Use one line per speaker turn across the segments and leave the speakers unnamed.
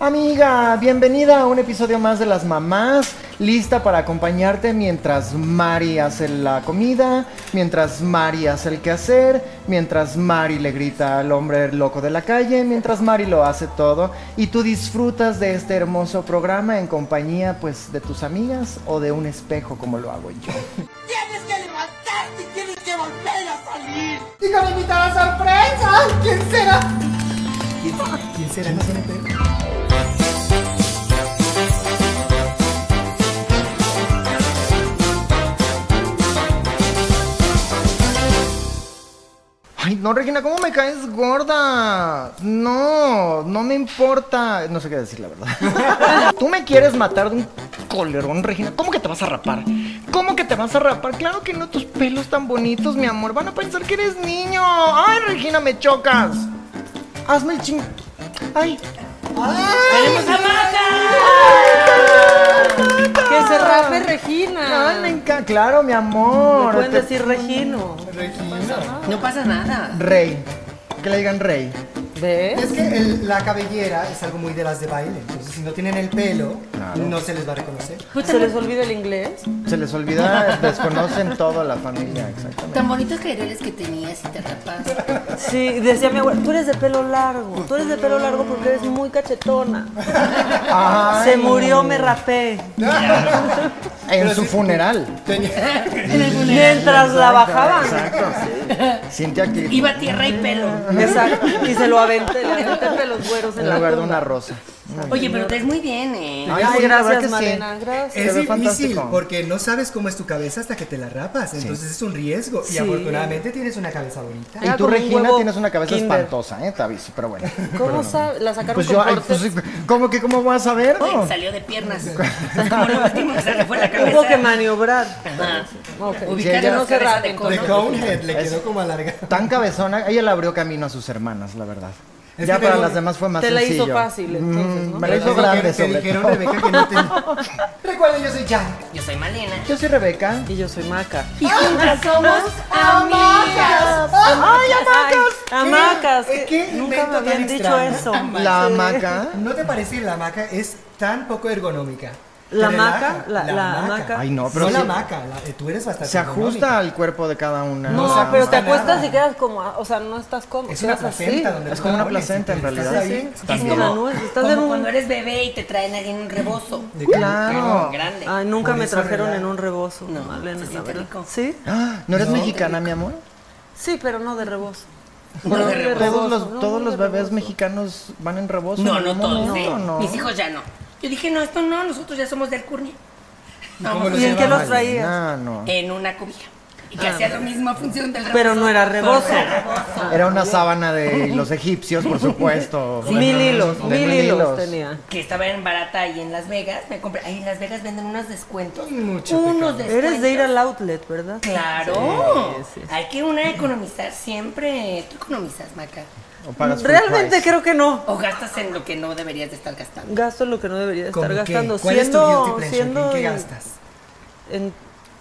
Amiga, bienvenida a un episodio más de Las Mamás, lista para acompañarte mientras Mari hace la comida, mientras Mari hace el quehacer, mientras Mari le grita al hombre loco de la calle, mientras Mari lo hace todo y tú disfrutas de este hermoso programa en compañía pues de tus amigas o de un espejo como lo hago yo.
Tienes que levantarte y tienes que volver a salir.
Y con invitada sorpresa, ¿quién será?
¿Quién, quién será? Ay, no, Regina, ¿cómo me caes gorda? No, no me importa. No sé qué decir, la verdad. Tú me quieres matar de un colerón, Regina. ¿Cómo que te vas a rapar? ¿Cómo que te vas a rapar? Claro que no, tus pelos tan bonitos, mi amor. Van a pensar que eres niño. Ay, Regina, me chocas. Hazme el ching. Ay.
¡Tenemos a
Que se rape Regina.
Ay, me encanta. Claro, mi
Me
amor.
pueden
Te-
decir Regino.
No pasa nada.
Rey. Que le digan rey.
¿Ves?
Es que el- la cabellera es algo muy de las de baile, entonces si no tienen el pelo, no se les va a reconocer.
¿Se les olvida el inglés?
Se les olvida, desconocen toda la familia, exactamente.
Tan bonitos caireles que tenías y te rapaste.
Sí, decía mi abuela, tú eres de pelo largo. Tú eres de pelo largo porque eres muy cachetona.
Ay.
Se murió, me rapé.
En su funeral.
En el funeral.
Mientras la bajaban.
Exacto, sí. Cintia Clip.
Iba tierra y pelo.
Exacto. Y se lo aventé, le aventé pelos güeros en
En
la
lugar de
tumba.
una rosa.
Oye, pero te es muy bien, ¿eh?
Ay,
Ay,
sí, la verdad que
gracias,
sí.
Marina. Gracias.
Se
Es
ve
difícil
fantástico.
porque no sabes cómo es tu cabeza hasta que te la rapas, entonces es un riesgo y
Sí.
afortunadamente tienes una cabeza bonita.
Y
Era
tú,
como un
Regina,
huevo
tienes una cabeza
Kinder.
espantosa, ¿eh? Te aviso, pero bueno.
¿Cómo sabes? La sacaron
Pues
con
yo, ay,
cortes.
pues, ¿cómo que cómo vas a ver?
Güey, Salió de piernas. Como lo último que se le fue la cabeza.
Hubo que maniobrar.
Ajá.
Ok.
Ubicar
Sí, ya
las
no
se
cabezas
rapen.
de
De
cono.
Conehead le quedó como alargado.
Tan cabezona, ella le abrió camino a sus hermanas, la verdad.
Es
ya
que
para
tengo-
las demás fue más
Te la hizo
sencillo.
fácil, entonces,
Mm,
¿no?
Me la
Te
hizo
dijeron-
grande,
Te
sobre
dijeron,
todo.
Rebeca, que no tenía... Recuerden, yo soy Jan.
Yo soy Malena.
Yo soy Rebeca.
Y yo soy maca.
Y juntas somos amigas.
¡Ay, hamacas! ¡Hamacas!
¿Qué-
que
qué
Nunca
invento
me habían
tan
dicho
extraño?
eso.
La
Sí.
hamaca.
¿No te parece la hamaca es tan poco ergonómica? Te
¿La
relaja,
hamaca? La- la hamaca.
Ay, no, pero
la
sí.
hamaca, la- eh, tú eres bastante
Se ajusta al cuerpo de cada una.
No,
No se
pero te
ajusta nada.
acuestas y quedas como, a- o sea, no estás cómodo.
Es una
quedas así.
placenta donde
Es
tú
como
la
una
pones,
placenta, en
estás
realidad.
ahí.
Sí.
Es
También.
Como
como,
nuez, estás en
como
un-
cuando eres bebé y te traen ahí en un rebozo.
De-
Claro.
Grande.
Ay, Ah, nunca
Por
me
eso
trajeron
relaja.
en un rebozo.
No,
Malena,
se
la
siente
verdad.
rico.
¿Sí?
Ah, ¿No eres
No,
mexicana, mi amor?
Sí, pero no de rebozo.
No,
No,
de
de
rebozo.
Todos
rebozo,
los,
no,
todos
no
los
de
bebés
rebozo.
mexicanos van en rebozo.
No,
en
no
algún
todos, ¿eh?
momento, no.
Mis hijos ya no. Yo dije, no, esto no, nosotros ya somos del Curnia.
cómo los
¿Y en qué
llevaban?
los traías?
Ah, no.
En una cobija. Y que hacía la misma función del rebozo.
Pero no era rebozo.
Pero era rebozo.
Era una sábana de los egipcios, por supuesto.
mil hilos,
de
mil hilos tenía.
que estaba en barata y en Las Vegas, me compré. Ahí en Las Vegas venden unos descuentos.
Mucho
unos descuentos.
Eres de ir al outlet, ¿verdad?
Claro.
Sí, sí.
Hay que una economizar siempre. Tú economizas, Maca.
O pagas full
Realmente
price.
creo que no.
O gastas en lo que no deberías de estar gastando.
Gasto lo que no debería
¿Cómo
estar
qué?
gastando.
¿Cuál es tu guilty
siendo,
pleasure?
siendo
¿En qué
en-
gastas?
En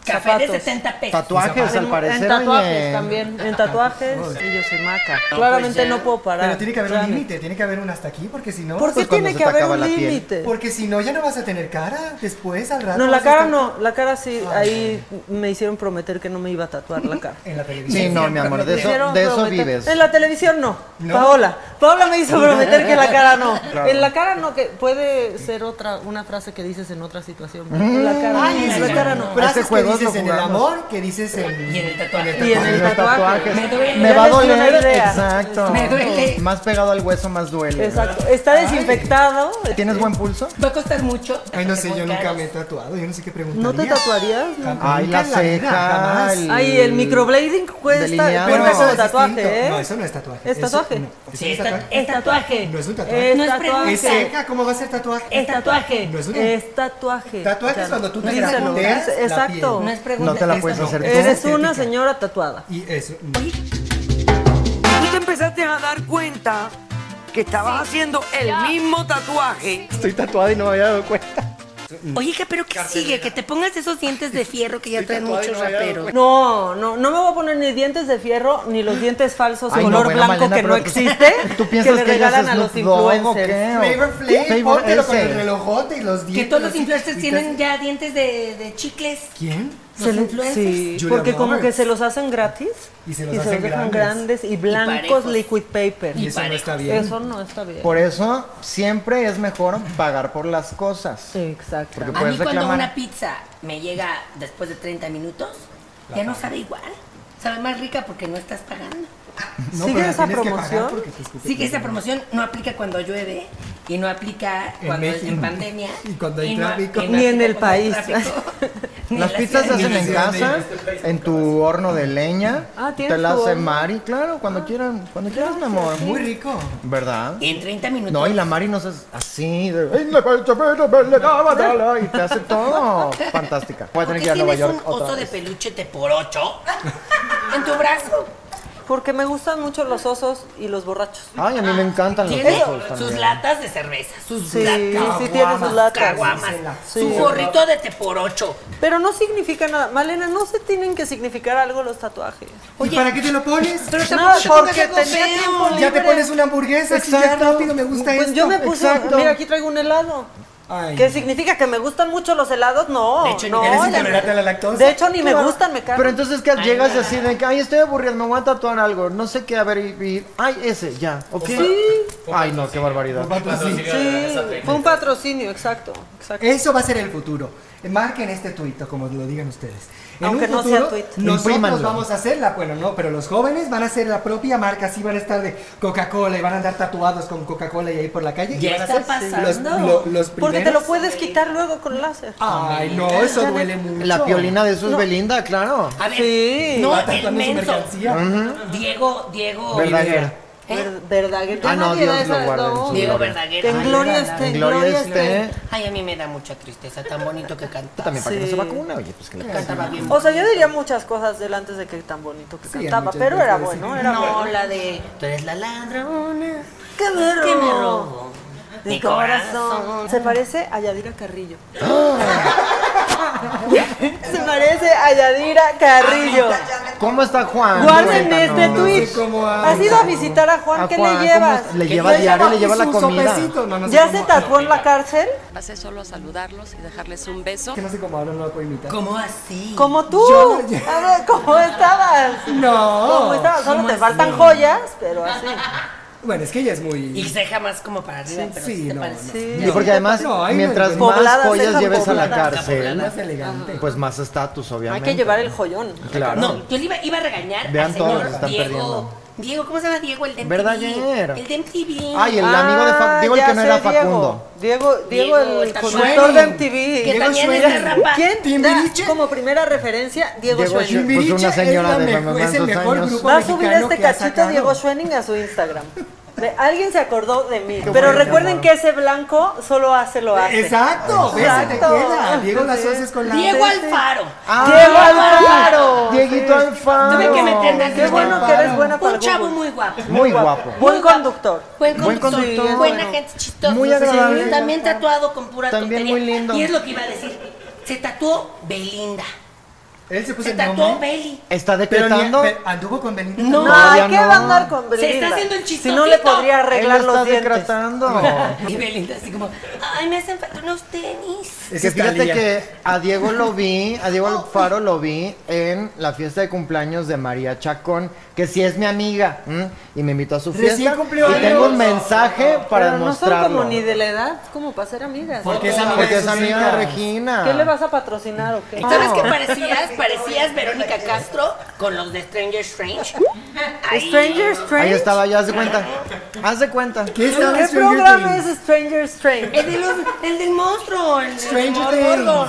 Café
zapatos.
de 70 pesos.
Tatuajes, al
En-
parecer.
en tatuajes
oye.
también, en tatuajes y yo soy maca.
No,
Claramente
pues ya.
no puedo parar.
Pero tiene que haber
Ya.
un límite, tiene que haber un hasta aquí, porque si no...
¿Por qué
Pues cuando se
tiene que
te
haber
acaba
un
la piel.
límite?
Porque si no, ya no vas a tener cara después, al rato...
No, la
vas a
cara
estar
no, la cara sí, ahí me hicieron prometer que no me iba a tatuar la cara.
En la televisión.
Sí, no, mi amor, de
Me
eso,
hicieron
de eso
prometer-
vives.
En la televisión no.
No.
Paola. Paola me hizo prometer que la cara no.
Claro.
En la cara no, que puede ser otra, una frase que dices en otra situación. pero En la cara,
Ay,
no, en la
sí.
cara no.
Frases
Este juego
que dices
lo
en el
jugamos.
amor, que dices en...
Y en el tatuaje.
Y en el
Los
tatuaje.
tatuajes.
Me duele.
Me
Ya
va a
les di una
doler.
idea.
Exacto.
Me duele.
Más pegado al hueso, más duele.
Exacto. Está desinfectado.
¿Tienes buen pulso?
Va a costar mucho.
Ay, no sé,
Muy
yo nunca
caros.
me he tatuado, yo no sé qué preguntaría.
¿No te tatuarías? No.
Jamás,
Ay,
nunca
la
en vida,
ceja,
jamás.
el-
Ay, el microblading cuesta
Delineado.
Pero
cuesta
eso
como
es distinto.
tatuaje, ¿eh?
No, eso no es tatuaje.
¿Es
Eso-
tatuaje?
no, eso
Sí,
es
es, ta-
tatuaje.
es tatuaje.
No es un tatuaje.
Es
No es
tatuaje.
Es
pregunta.
ceja, ¿cómo va a ser tatuaje?
Es tatuaje.
No es un-
Es tatuaje.
Tatuaje es
Claro.
cuando tú te
Díselo,
grajeteas
es-
la
Exacto.
piel.
No es pregunta.
No te la
es
puedes
tatu-
hacer.
Eres
estética.
una señora tatuada.
Y eso.
tú te empezaste a dar cuenta que estabas haciendo el mismo tatuaje
Estoy tatuada y no me había dado cuenta.
Oye, hija, pero ¿qué sigue? Que te pongas esos dientes de fierro que ya traen muchos raperos.
No, no, no me voy a poner ni dientes de fierro ni los dientes falsos
Ay, no,
color
bueno,
blanco
Malena,
que no
pero-
existe.
¿Tú piensas
que
que
le
ella es
regalan a los
Snoop Dogg o
influencers.
qué?
Flavor Flay,
Flavor
pórtelo con
ese.
el relojote y los dientes.
Que todos los
así,
influencers
y
tienen
casi-
ya dientes de, de chicles.
¿Quién?
Los
le-
influencers.
sí,
Julia
porque como
Roberts.
que se los hacen gratis
Y se los hacen
dejan
grandes.
grandes y blancos
parejos.
liquid paper.
Y eso no está bien.
Eso no está bien.
Por eso siempre es mejor pagar por las cosas.
Exacto.
Porque
A mí
puedes
cuando
reclamar.
una pizza me llega después de 30 minutos, ya no sabe igual. Sabe más rica porque no estás pagando.
No,
¿Sigue
pero la
esa
tienes que pagar
promoción?
porque te escupe
Sí que esa
todo.
promoción no aplica cuando llueve y no aplica
En
cuando es en
México.
pandemia.
Y cuando hay tráfico.
Ni en el
aplica cuando hay
país.
tráfico, ni en
Las
la
pizzas se
ciudad.
hacen
Ni
en
en la ciudad
casa,
de
en tu horno de leña.
Ah, ¿tienes
Te la
tu
hace
horno?
Mari, claro, cuando quieran, cuando quieras, mi amor.
Muy rico.
¿Verdad?
En 30 minutos.
No, y la Mari nos es así, de, "Ay, la fecha, pero me le daba, dala", y te hace todo. Fantástica. Voy a
¿Por
tener
qué
que ir a
tienes
Nueva York
un
otra
oso de
vez.
peluche te por ocho en tu brazo?
Porque me gustan mucho los osos y los borrachos.
Ay, a mí me encantan los
Tiene
osos
sus
también.
latas de cerveza, sus
Sí,
latas,
sí tiene sus latas.
caguamas,
Sí.
su gorrito de te por ocho.
Pero no significa nada. Malena, no se tienen que significar algo los tatuajes.
¿Y para qué te lo pones?
No, porque
algo
tenía
feo.
tiempo libre.
Ya te pones una hamburguesa, así ya
Exacto.
rápido, me gusta
Pues
esto.
yo me puse,
exacto.
mira, aquí traigo un helado.
Ay.
¿Qué significa? ¿Que me gustan mucho los helados? No,
De hecho, ni
no,
eres
la-
intolerante a la lactosa.
De hecho, ni me gustan, me caen.
Pero entonces que llegas así de que, ay, estoy aburrido, me voy a tatuar algo, no sé qué, a ver, y, y- ay, ese, ya, ¿ok? Ay, no, qué barbaridad.
Sí.
Sí, fue un patrocinio, exacto, exacto.
Eso va a ser el futuro. Marquen este tuit, o como lo digan ustedes.
Aunque
un
no sea tuit.
Nosotros
Imprímanlo.
vamos a hacerla, bueno, no, pero los jóvenes van a hacer la propia marca, así van a estar de Coca-Cola y van a andar tatuados con Coca-Cola y ahí por la calle. y
Ya
van a
está
ser
pasando. Ah.
Los, lo- los
Porque te lo
primeros.
puedes quitar luego con láser.
Ay, no, eso duele mucho.
La piolina de sus Belinda, claro.
A ver,
Sí.
no,
Va
el
tatuando su
menso.
mercancía.
Diego, Diego.
Verdaguera.
Ver- Verdaguer.
Ah, no,
Nadie da
Dios lo
esa-
guarde en
no.
su
Diego
gloria.
Verdaguer.
Que en gloria esté, en
En gloria
gloria esté.
esté.
Ay, a mí me da mucha tristeza, tan bonito que canta.
También para que no
Sí.
se vacuna, oye, pues que le pasa.
Cantaba bien.
O sea, yo diría muchas cosas del antes de que tan bonito que
Sí, hay
cantaba,
muchas
pero
veces
era
que
bueno,
sí.
era
no,
bueno.
la de tú eres la ladrona
¡Qué me
que me robó mi corazón.
Se parece a Yadira Carrillo.
Ah.
Se parece a Yadira Carrillo.
Ah,
¿Cómo está Juan?
Guarden
Cuéntanos.
este tweet.
sé cómo anda.
Has ido a visitar a Juan,
A
¿qué
Juan,
le
¿cómo
llevas?
es? Le lleva diario, le lleva la
su
comida.
sopecito. No, no sé
¿Ya
cómo-
se tatuó en la cárcel?
Pasé solo a saludarlos y dejarles un beso.
Que no sé cómo ahora no lo puedo imitar.
¿Cómo así?
Como tú.
Yo no-
A ver, ¿cómo estabas?
No.
¿Cómo estabas? Solo
¿Cómo
te
así?
faltan joyas, pero así.
Bueno, es que ella es muy.
Y ceja más como para arriba, pero
sí,
sí, te
no,
parece.
Sí.
Y porque además,
No, ahí no
mientras
entiendo.
más
Pobladas,
joyas
dejan
lleves a la
pobladas.
cárcel,
más elegante.
pues más estatus,
Hay
obviamente.
que llevar el jollón.
Claro.
No, yo le iba, iba a regañar
Vean
al
todos los
señor
que están
Diego.
perdiendo.
Diego, ¿cómo se llama Diego? El de MTV.
Verdaguer.
El de MTV.
Ay, el amigo de Facundo. Digo el
Ah, ya
que no era
sé, Diego.
Facundo.
Diego, Diego,
Diego,
el
el
conductor de
Schwenning.
MTV.
Que también
Mira,
es de Rapa.
¿Quién da
Timbiriche.
como primera referencia Diego
Diego
Schwenning?
Schwenning. Pues una señora de
mejo-
mamá en
es el
sus
mejor
años.
grupo
Va a subir
mexicano
este
que ha
cachito
sacado.
Diego Schwenning a su Instagram. Me- Alguien se acordó de mí.
Qué
pero
bueno,
recuerden
amor.
que ese blanco solo hace lo hace.
Exacto, ve, se te
Exacto.
queda. Diego lo asocias con la.
Diego Alfaro.
¡Ah!
Diego Alfaro.
Dieguito Alfaro.
Tuve que meterme
Qué
al
bueno que eres buena para
Un
el
chavo
Google.
muy guapo.
Muy guapo.
Buen conductor.
Buen
Buen
conductor,
conductor.
buena gente chistosa.
Muy agradable.
Sí, también tatuado con pura
También
tontería.
muy lindo.
Y es lo que iba a decir. Se tatuó Belinda.
Él se puso
Se
el
tatuó
nombre.
Beli.
Está
Pero ni-
decretando.
pero anduvo con Belinda.
No.
Todavía
Ay, ¿qué
no.
va a andar con
Se está
Belinda?
haciendo el
Si no le
chistosito.
podría arreglar
Él
los
está
dientes.
decretando.
Y Belinda así como, ay, me hacen falta unos tenis.
Es
que fíjate
Thalía.
que a Diego lo vi, a Diego Alfaro lo vi en la fiesta de cumpleaños de María Chacón, que sí es mi amiga, ¿m? y me invitó a su
Recién
fiesta.
cumplió
y tengo
años.
un mensaje para
Pero no son
demostrarlo.
como ni de la edad, como para ser amigas.
Porque es amiga
Porque
de
es
sus
amiga
hijas.
de Regina.
¿Qué le vas a patrocinar o qué?
No.
¿Sabes qué parecías? Parecías Verónica Castro con los de Stranger Strange. Ahí.
Stranger
Ahí
Strange.
estaba, ya haz de cuenta. Haz de cuenta.
¿Qué es
¿Qué programa es Stranger Strange?
El, de los- el del monstruo, el de
Stranger
Morgorgon.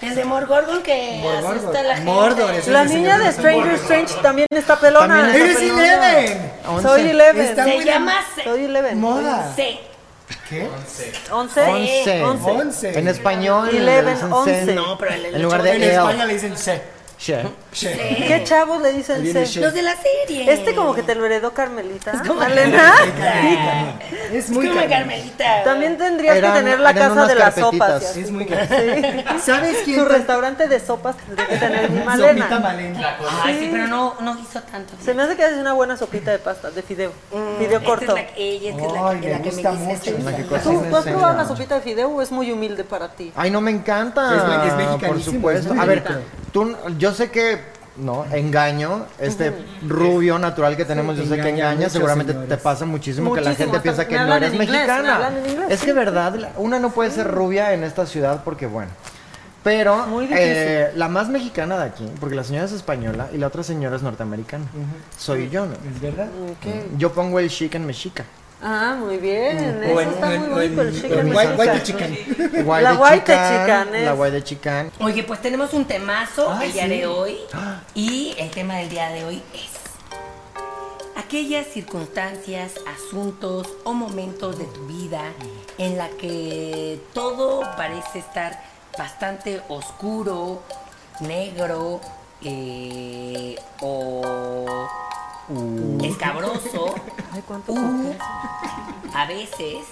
El de Morgorgon que asusta a la gente.
Mordor, es
La
el señor
niña de
los
Stranger
embores.
Strange también está pelona.
También
¡Eres
Esa
Eleven!
Once.
Soy
Está
Eleven.
Se
muy de
llama
Soy Eleven.
moda.
C.
¿Qué?
11.
Once.
Once.
En español.
Eleven,
le dicen
once.
sen.
No, pero el- el
en lugar de
este,
En
L.
España le dicen C.
Che.
Sí.
¿Qué chavos le dicen
Viene
C?
Che.
Los de la serie.
Este como que te lo heredó Carmelita.
Es como
Malena.
Carmelita.
Es
Es
muy
muy como
Carmelita.
Carmelita.
También tendrías
Eran-
que tener la
eran
casa
unas
de las
carpetitas.
sopas.
Es muy Carmelita. ¿Sabes quién?
Su
te-
restaurante de sopas tendría que tener mi
Sopita
Malena.
Malena.
Ay, sí, pero no, no hizo tanto.
Se me hace que haces una buena sopita de pasta, de fideo. Fideo
Mm. Esta
corto.
es la que- ella es que es la,
Ay,
que-
me
la que me
gusta
dice
mucho.
este.
La que cocina
¿Tú, tú has
en
probado
serio.
una sopita de fideo o es muy humilde para ti?
Ay, no me encanta.
Es me- es
por
mexicanísimo,
supuesto.
es muy
A ver,
mexicano.
tú, yo sé que no engaño, este rubio natural que tenemos, yo sé que
engaña
engaña,
mucho,
seguramente te
señores.
pasa muchísimo, que la
Muchísimo,
gente
hasta
piensa
me
que no
hablan
eres
en inglés, me
mexicana.
hablan en inglés,
es que
sí.
verdad, la- una no puede ser rubia en esta ciudad porque bueno. Pero
Muy difícil.
eh, la más mexicana de aquí, porque la señora es española y la otra señora es norteamericana. Soy yo, ¿no?
¿Es verdad?
Yo pongo el chic en mexica.
Ah, muy
Mm,
bien. Eso está muy bonito, el chicken
en
White,
mexican.
white chicken.
Guay
La
de
guay de
chicán,
chicán es-
La guay de chicán.
Oye, pues tenemos un temazo
Ah,
Ay,
el día
sí.
de hoy. Y el tema del día de hoy es aquellas circunstancias, asuntos o momentos de tu vida en la que todo parece estar bastante oscuro, negro eh, o escabroso.
Uh. Ay, cuánto
Uh, a veces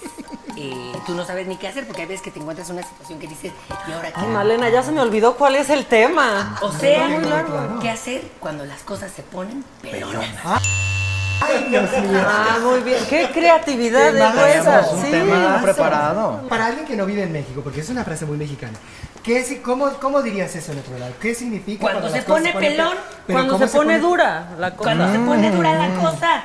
eh, tú no sabes ni qué hacer porque hay veces que te encuentras en una situación que dices, ¿y ahora qué?
Ay,
hago?"
Malena, ya se me olvidó cuál es el tema.
O sea,
Está muy largo.
¿qué hacer cuando las cosas se ponen pelonas?
Ah, muy bien. Qué creatividad
Qué maravilla,
es esa.
Es un
Sí.
tema preparado.
Para alguien que no vive en México, porque es una frase muy mexicana, ¿qué, si- cómo, ¿cómo dirías eso en otro lado? ¿Qué significa?
Cuando
las
se
cosas
pone
ponen pe-
pelón,
Pero
Cuando
¿cómo
se pone
pone-
dura la
Cuando
cosa.
se pone
Mm.
dura la cosa.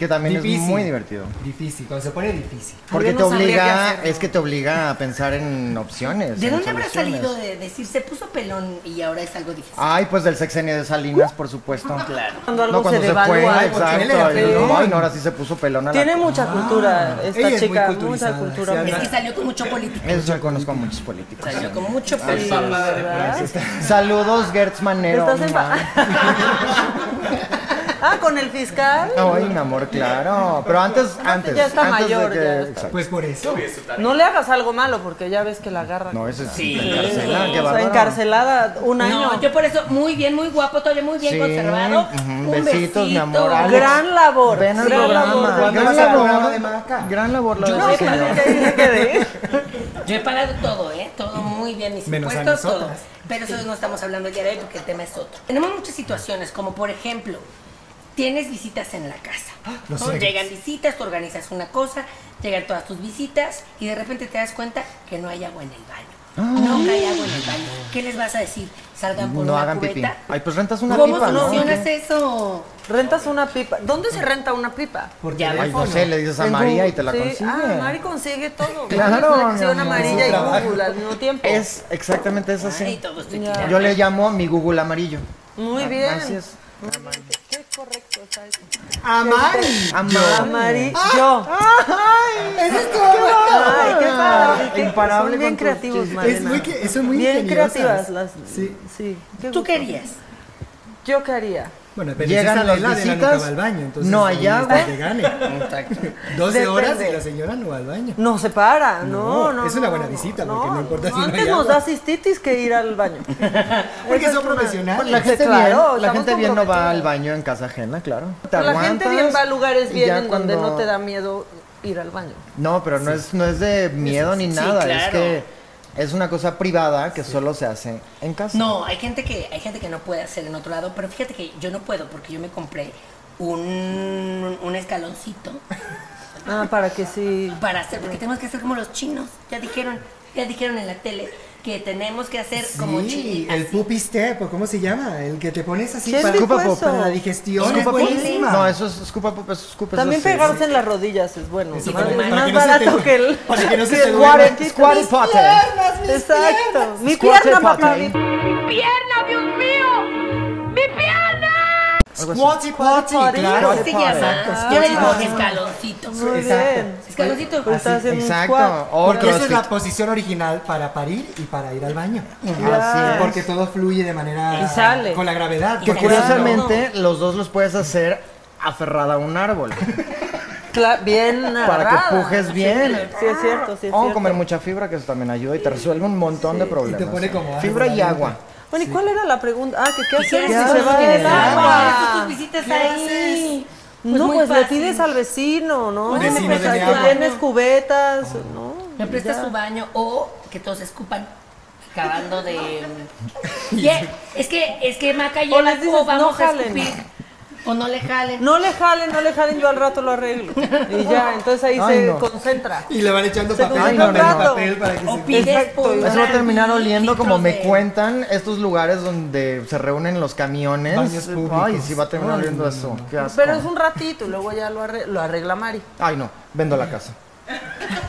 Que también es muy divertido.
Difícil, cuando se pone difícil.
Porque
Yo
te
no sabría qué
obliga,
hacer, ¿no?
es que te obliga a pensar en opciones.
¿De
en
dónde habrá
soluciones.
salido de decir se puso pelón y ahora es algo difícil?
Ay, pues del sexenio de Salinas, por supuesto.
Claro.
Cuando algo
no, cuando
se
se,
devalúa.
fue,
Ay, porque él era
exacto. y-
pelón.
Ay, no, ahora sí se puso pelón a la
Tiene mucha cultura
ella
esta
es muy
chica,
culturizada,
mucha
Ah,
cultura.
sí,
Es que salió con mucho político.
Eso yo conozco a muchos políticos. este,
Salió con mucho
Sí,
político.
¿verdad?
Saludos, Gertz Manero.
Estás en
Ay,
Ah, con el fiscal.
Ay, mi amor, claro. Pero antes, antes.
ya está
antes de
mayor,
que-
ya está.
exacto.
Pues por eso.
No le hagas algo malo porque ya ves que la agarra.
No, ese es
Sí.
la
Sí,
encarcelada, qué
o sea,
bárbaro.
encarcelada un año.
No, yo por eso, muy bien, muy guapo, todavía muy bien
Sí,
conservado.
ujú,
Un
besitos,
besito.
mi amor, Alex.
Gran labor.
Ven al
gran
programa.
labor.
Cuando
Gran
vas al
labor.
programa de Maca.
Gran labor la
Yo
de
no
ese
sé para
señor.
qué
Ahí me quedé.
Yo he pagado todo, ¿eh? Todo muy bien, mis
Menos a
impuestos, todo.
nosotras.
Pero eso no estamos hablando el día de hoy porque el tema es otro. Tenemos muchas situaciones, como por ejemplo, tienes visitas en la casa.
Ah,
los
¿no?
suegros.
Llegan visitas, tú organizas una cosa, llegan todas tus visitas y de repente te das cuenta que no hay agua en el baño. No cae agua en el baño. ¿Qué les vas a decir? Salgan por
Ah. No
una
hagan pipí.
cubeta.
Ay, pues rentas una
¿Cómo
pipa, ¿no?
solucionas eso?
Rentas una pipa. ¿Dónde se renta una pipa?
Por
Ya
Ay,
teléfono.
no sé, le dices a
En
María
Google.
y te la
Sí.
consigue.
Ah, Mari consigue todo.
Claro,
Es una
mi
acción
amor.
amarilla
Es un
y
trabajo.
Google al mismo tiempo.
Es exactamente es
Ay,
así.
todo estoy
Ya.
tirado.
Yo le llamo mi Google amarillo.
Muy
Ah,
bien.
Así es.
Qué correcto está eso.
Amari.
Amari,
Ah,
yo.
Eso estuvo bueno.
Ay, qué
Ah,
padre. qué-
Imparable
Son bien
con tus
creativos,
chistes.
Es
Malena.
muy, que- son muy
bien
ingeniosas.
creativas las.
Sí.
sí. Qué
¿Tú
gusto.
qué harías?
Yo qué haría.
Bueno, pero
Llegan
esa
las
Adela, Adela
visitas,
nunca va al baño, entonces
no hay
ahí está
agua.
que gane. 12
Depende.
horas y la señora no va al baño.
No se para, no,
No,
no.
es una buena
no,
visita, porque no importa si no hay
Antes nos
agua.
da cistitis que ir al baño.
Porque
Esa
son
es una-
profesionales.
La gente
claro,
bien, la
estamos
gente bien no va
comprometidos.
al baño en casa ajena, claro. Te
Pero La gente
aguantas
bien va a lugares
y
bien
ya
en donde
cuando-
no te da miedo ir al baño.
No, pero no es no es de miedo ni nada, es
claro.
que es una cosa privada que solo se hace en casa.
No, hay gente que hay gente que no puede hacer en otro lado, pero fíjate que yo no puedo porque yo me compré un, un escaloncito
Ah, para que sí.
para hacer, porque tenemos que hacer como los chinos. Ya dijeron, ya dijeron en la tele que tenemos que hacer como
Sí,
chinos.
el poopy step, ¿o ¿cómo se llama? El que te pones así
¿Quién
para,
dijo
Scuba
eso?
pop.
para la digestión. Es
Scuba pop.
buenísima.
No, eso es escupa pop, eso es escupa. eso
También
sí,
pegarse
sí.
en las rodillas es bueno.
Sí,
más
para- para
más
que no se
barato
te-
que el.
para que no se
que el
te duela.
water.
Squatty- Squatty Potter.
Exacto. Mi
Squatty
pierna, papá.
Potty.
mi-
Algo así.
Squatty potty,
Potty.
claro.
Así se llama.
Exacto,
Yo le digo
squatty potty.
escaloncito.
Muy
Exacto.
bien.
Escaloncito.
Pues estás haciendo un
Exacto.
squat.
O
Porque esa es
CrossFit.
la posición original para parir y para ir al baño. Ah,
Así es.
Porque todo fluye de manera...
Y sale.
Con la gravedad.
Que
porque
curiosamente los dos los puedes hacer aferrada a un árbol
Cla- bien
para que
agarrada.
pujes bien.
Sí, es cierto, sí es
O
cierto.
comer mucha fibra, que eso también ayuda y te resuelve un montón de problemas.
Y te pone como
Fibra y
árbol,
agua.
Bueno, ¿y cuál era la pregunta? Ah, que qué hacer
quieres
si
hacer
se
si
va
tienes
el
agua?
agua.
Haces tus visitas
¿Qué
ahí.
haces?
Pues
no,
muy
pues le
fácil.
pides al vecino, ¿no?
Vecino,
Bueno, pues,
deme
al
agua.
que tienes cubetas, ¿no?
Me prestas
Ya.
tu baño o que todos escupan. Acabando de. Ye- Es que, es que Maca lleva
les dices,
o vamos
"No
a
jalen".
escupir. O no le jalen.
No le jalen, no le jalen, yo al rato lo arreglo. Y ya, entonces ahí
Ay,
se
no.
concentra.
Y le van echando
Se
papel,
concentra
papel,
un rato.
papel para que
O
se...
pides por
Eso va a terminar oliendo como me
cuenta
cuentan estos lugares donde se reúnen los camiones.
Baños públicos.
Ay, sí va a terminar
Ay,
oliendo
no,
eso. Qué asco.
Pero es un ratito y luego ya lo arregla, lo arregla Mari.
Ay, no, vendo la casa.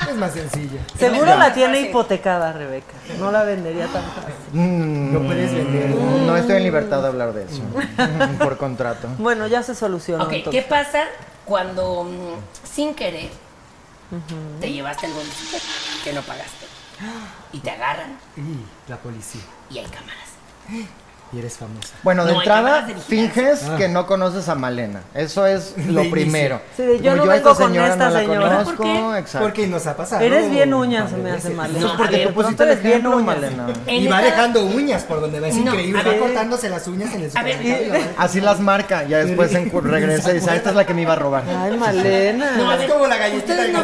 Es más sencillo.
Seguro
Ya.
la tiene hipotecada Rebeca. No la vendería tan fácil.
Mm,
No puedes vender.
No estoy en libertad de hablar de eso. Por contrato.
Bueno, ya se solucionó.
Ok,
entonces.
¿qué pasa cuando mm, sin querer te llevaste el boleto que no pagaste? Y te agarran
Y la policía.
y hay cámaras.
Y eres famosa.
Bueno, de
No, hay
entrada,
cámaras de vigilancia.
finges
Ah.
que no conoces a Malena. Eso es
De
lo
inicio.
primero.
Sí, de yo
Como
no
a
vengo con esta
no la
señora.
conozco.
¿Por
Exacto.
Porque nos ha pasado.
Eres bien uña, se
varias
me hace
veces.
mal. ¿eh?
No,
Eso es porque
a ver,
tú pusiste el
pronto eres bien
ejemplo,
uña.
Malena.
En
Y va
esta-
dejando uñas por donde va, es
No,
increíble.
a
Va
ver.
cortándose las uñas en el
A ver, eh,
supermercado. y la va-
Así las marca. Ya después en- regresa y dice, "Ah, esta es la que me iba a robar.
Ay, Malena.
No, a ver,
Es como la galletita
ustedes
de
no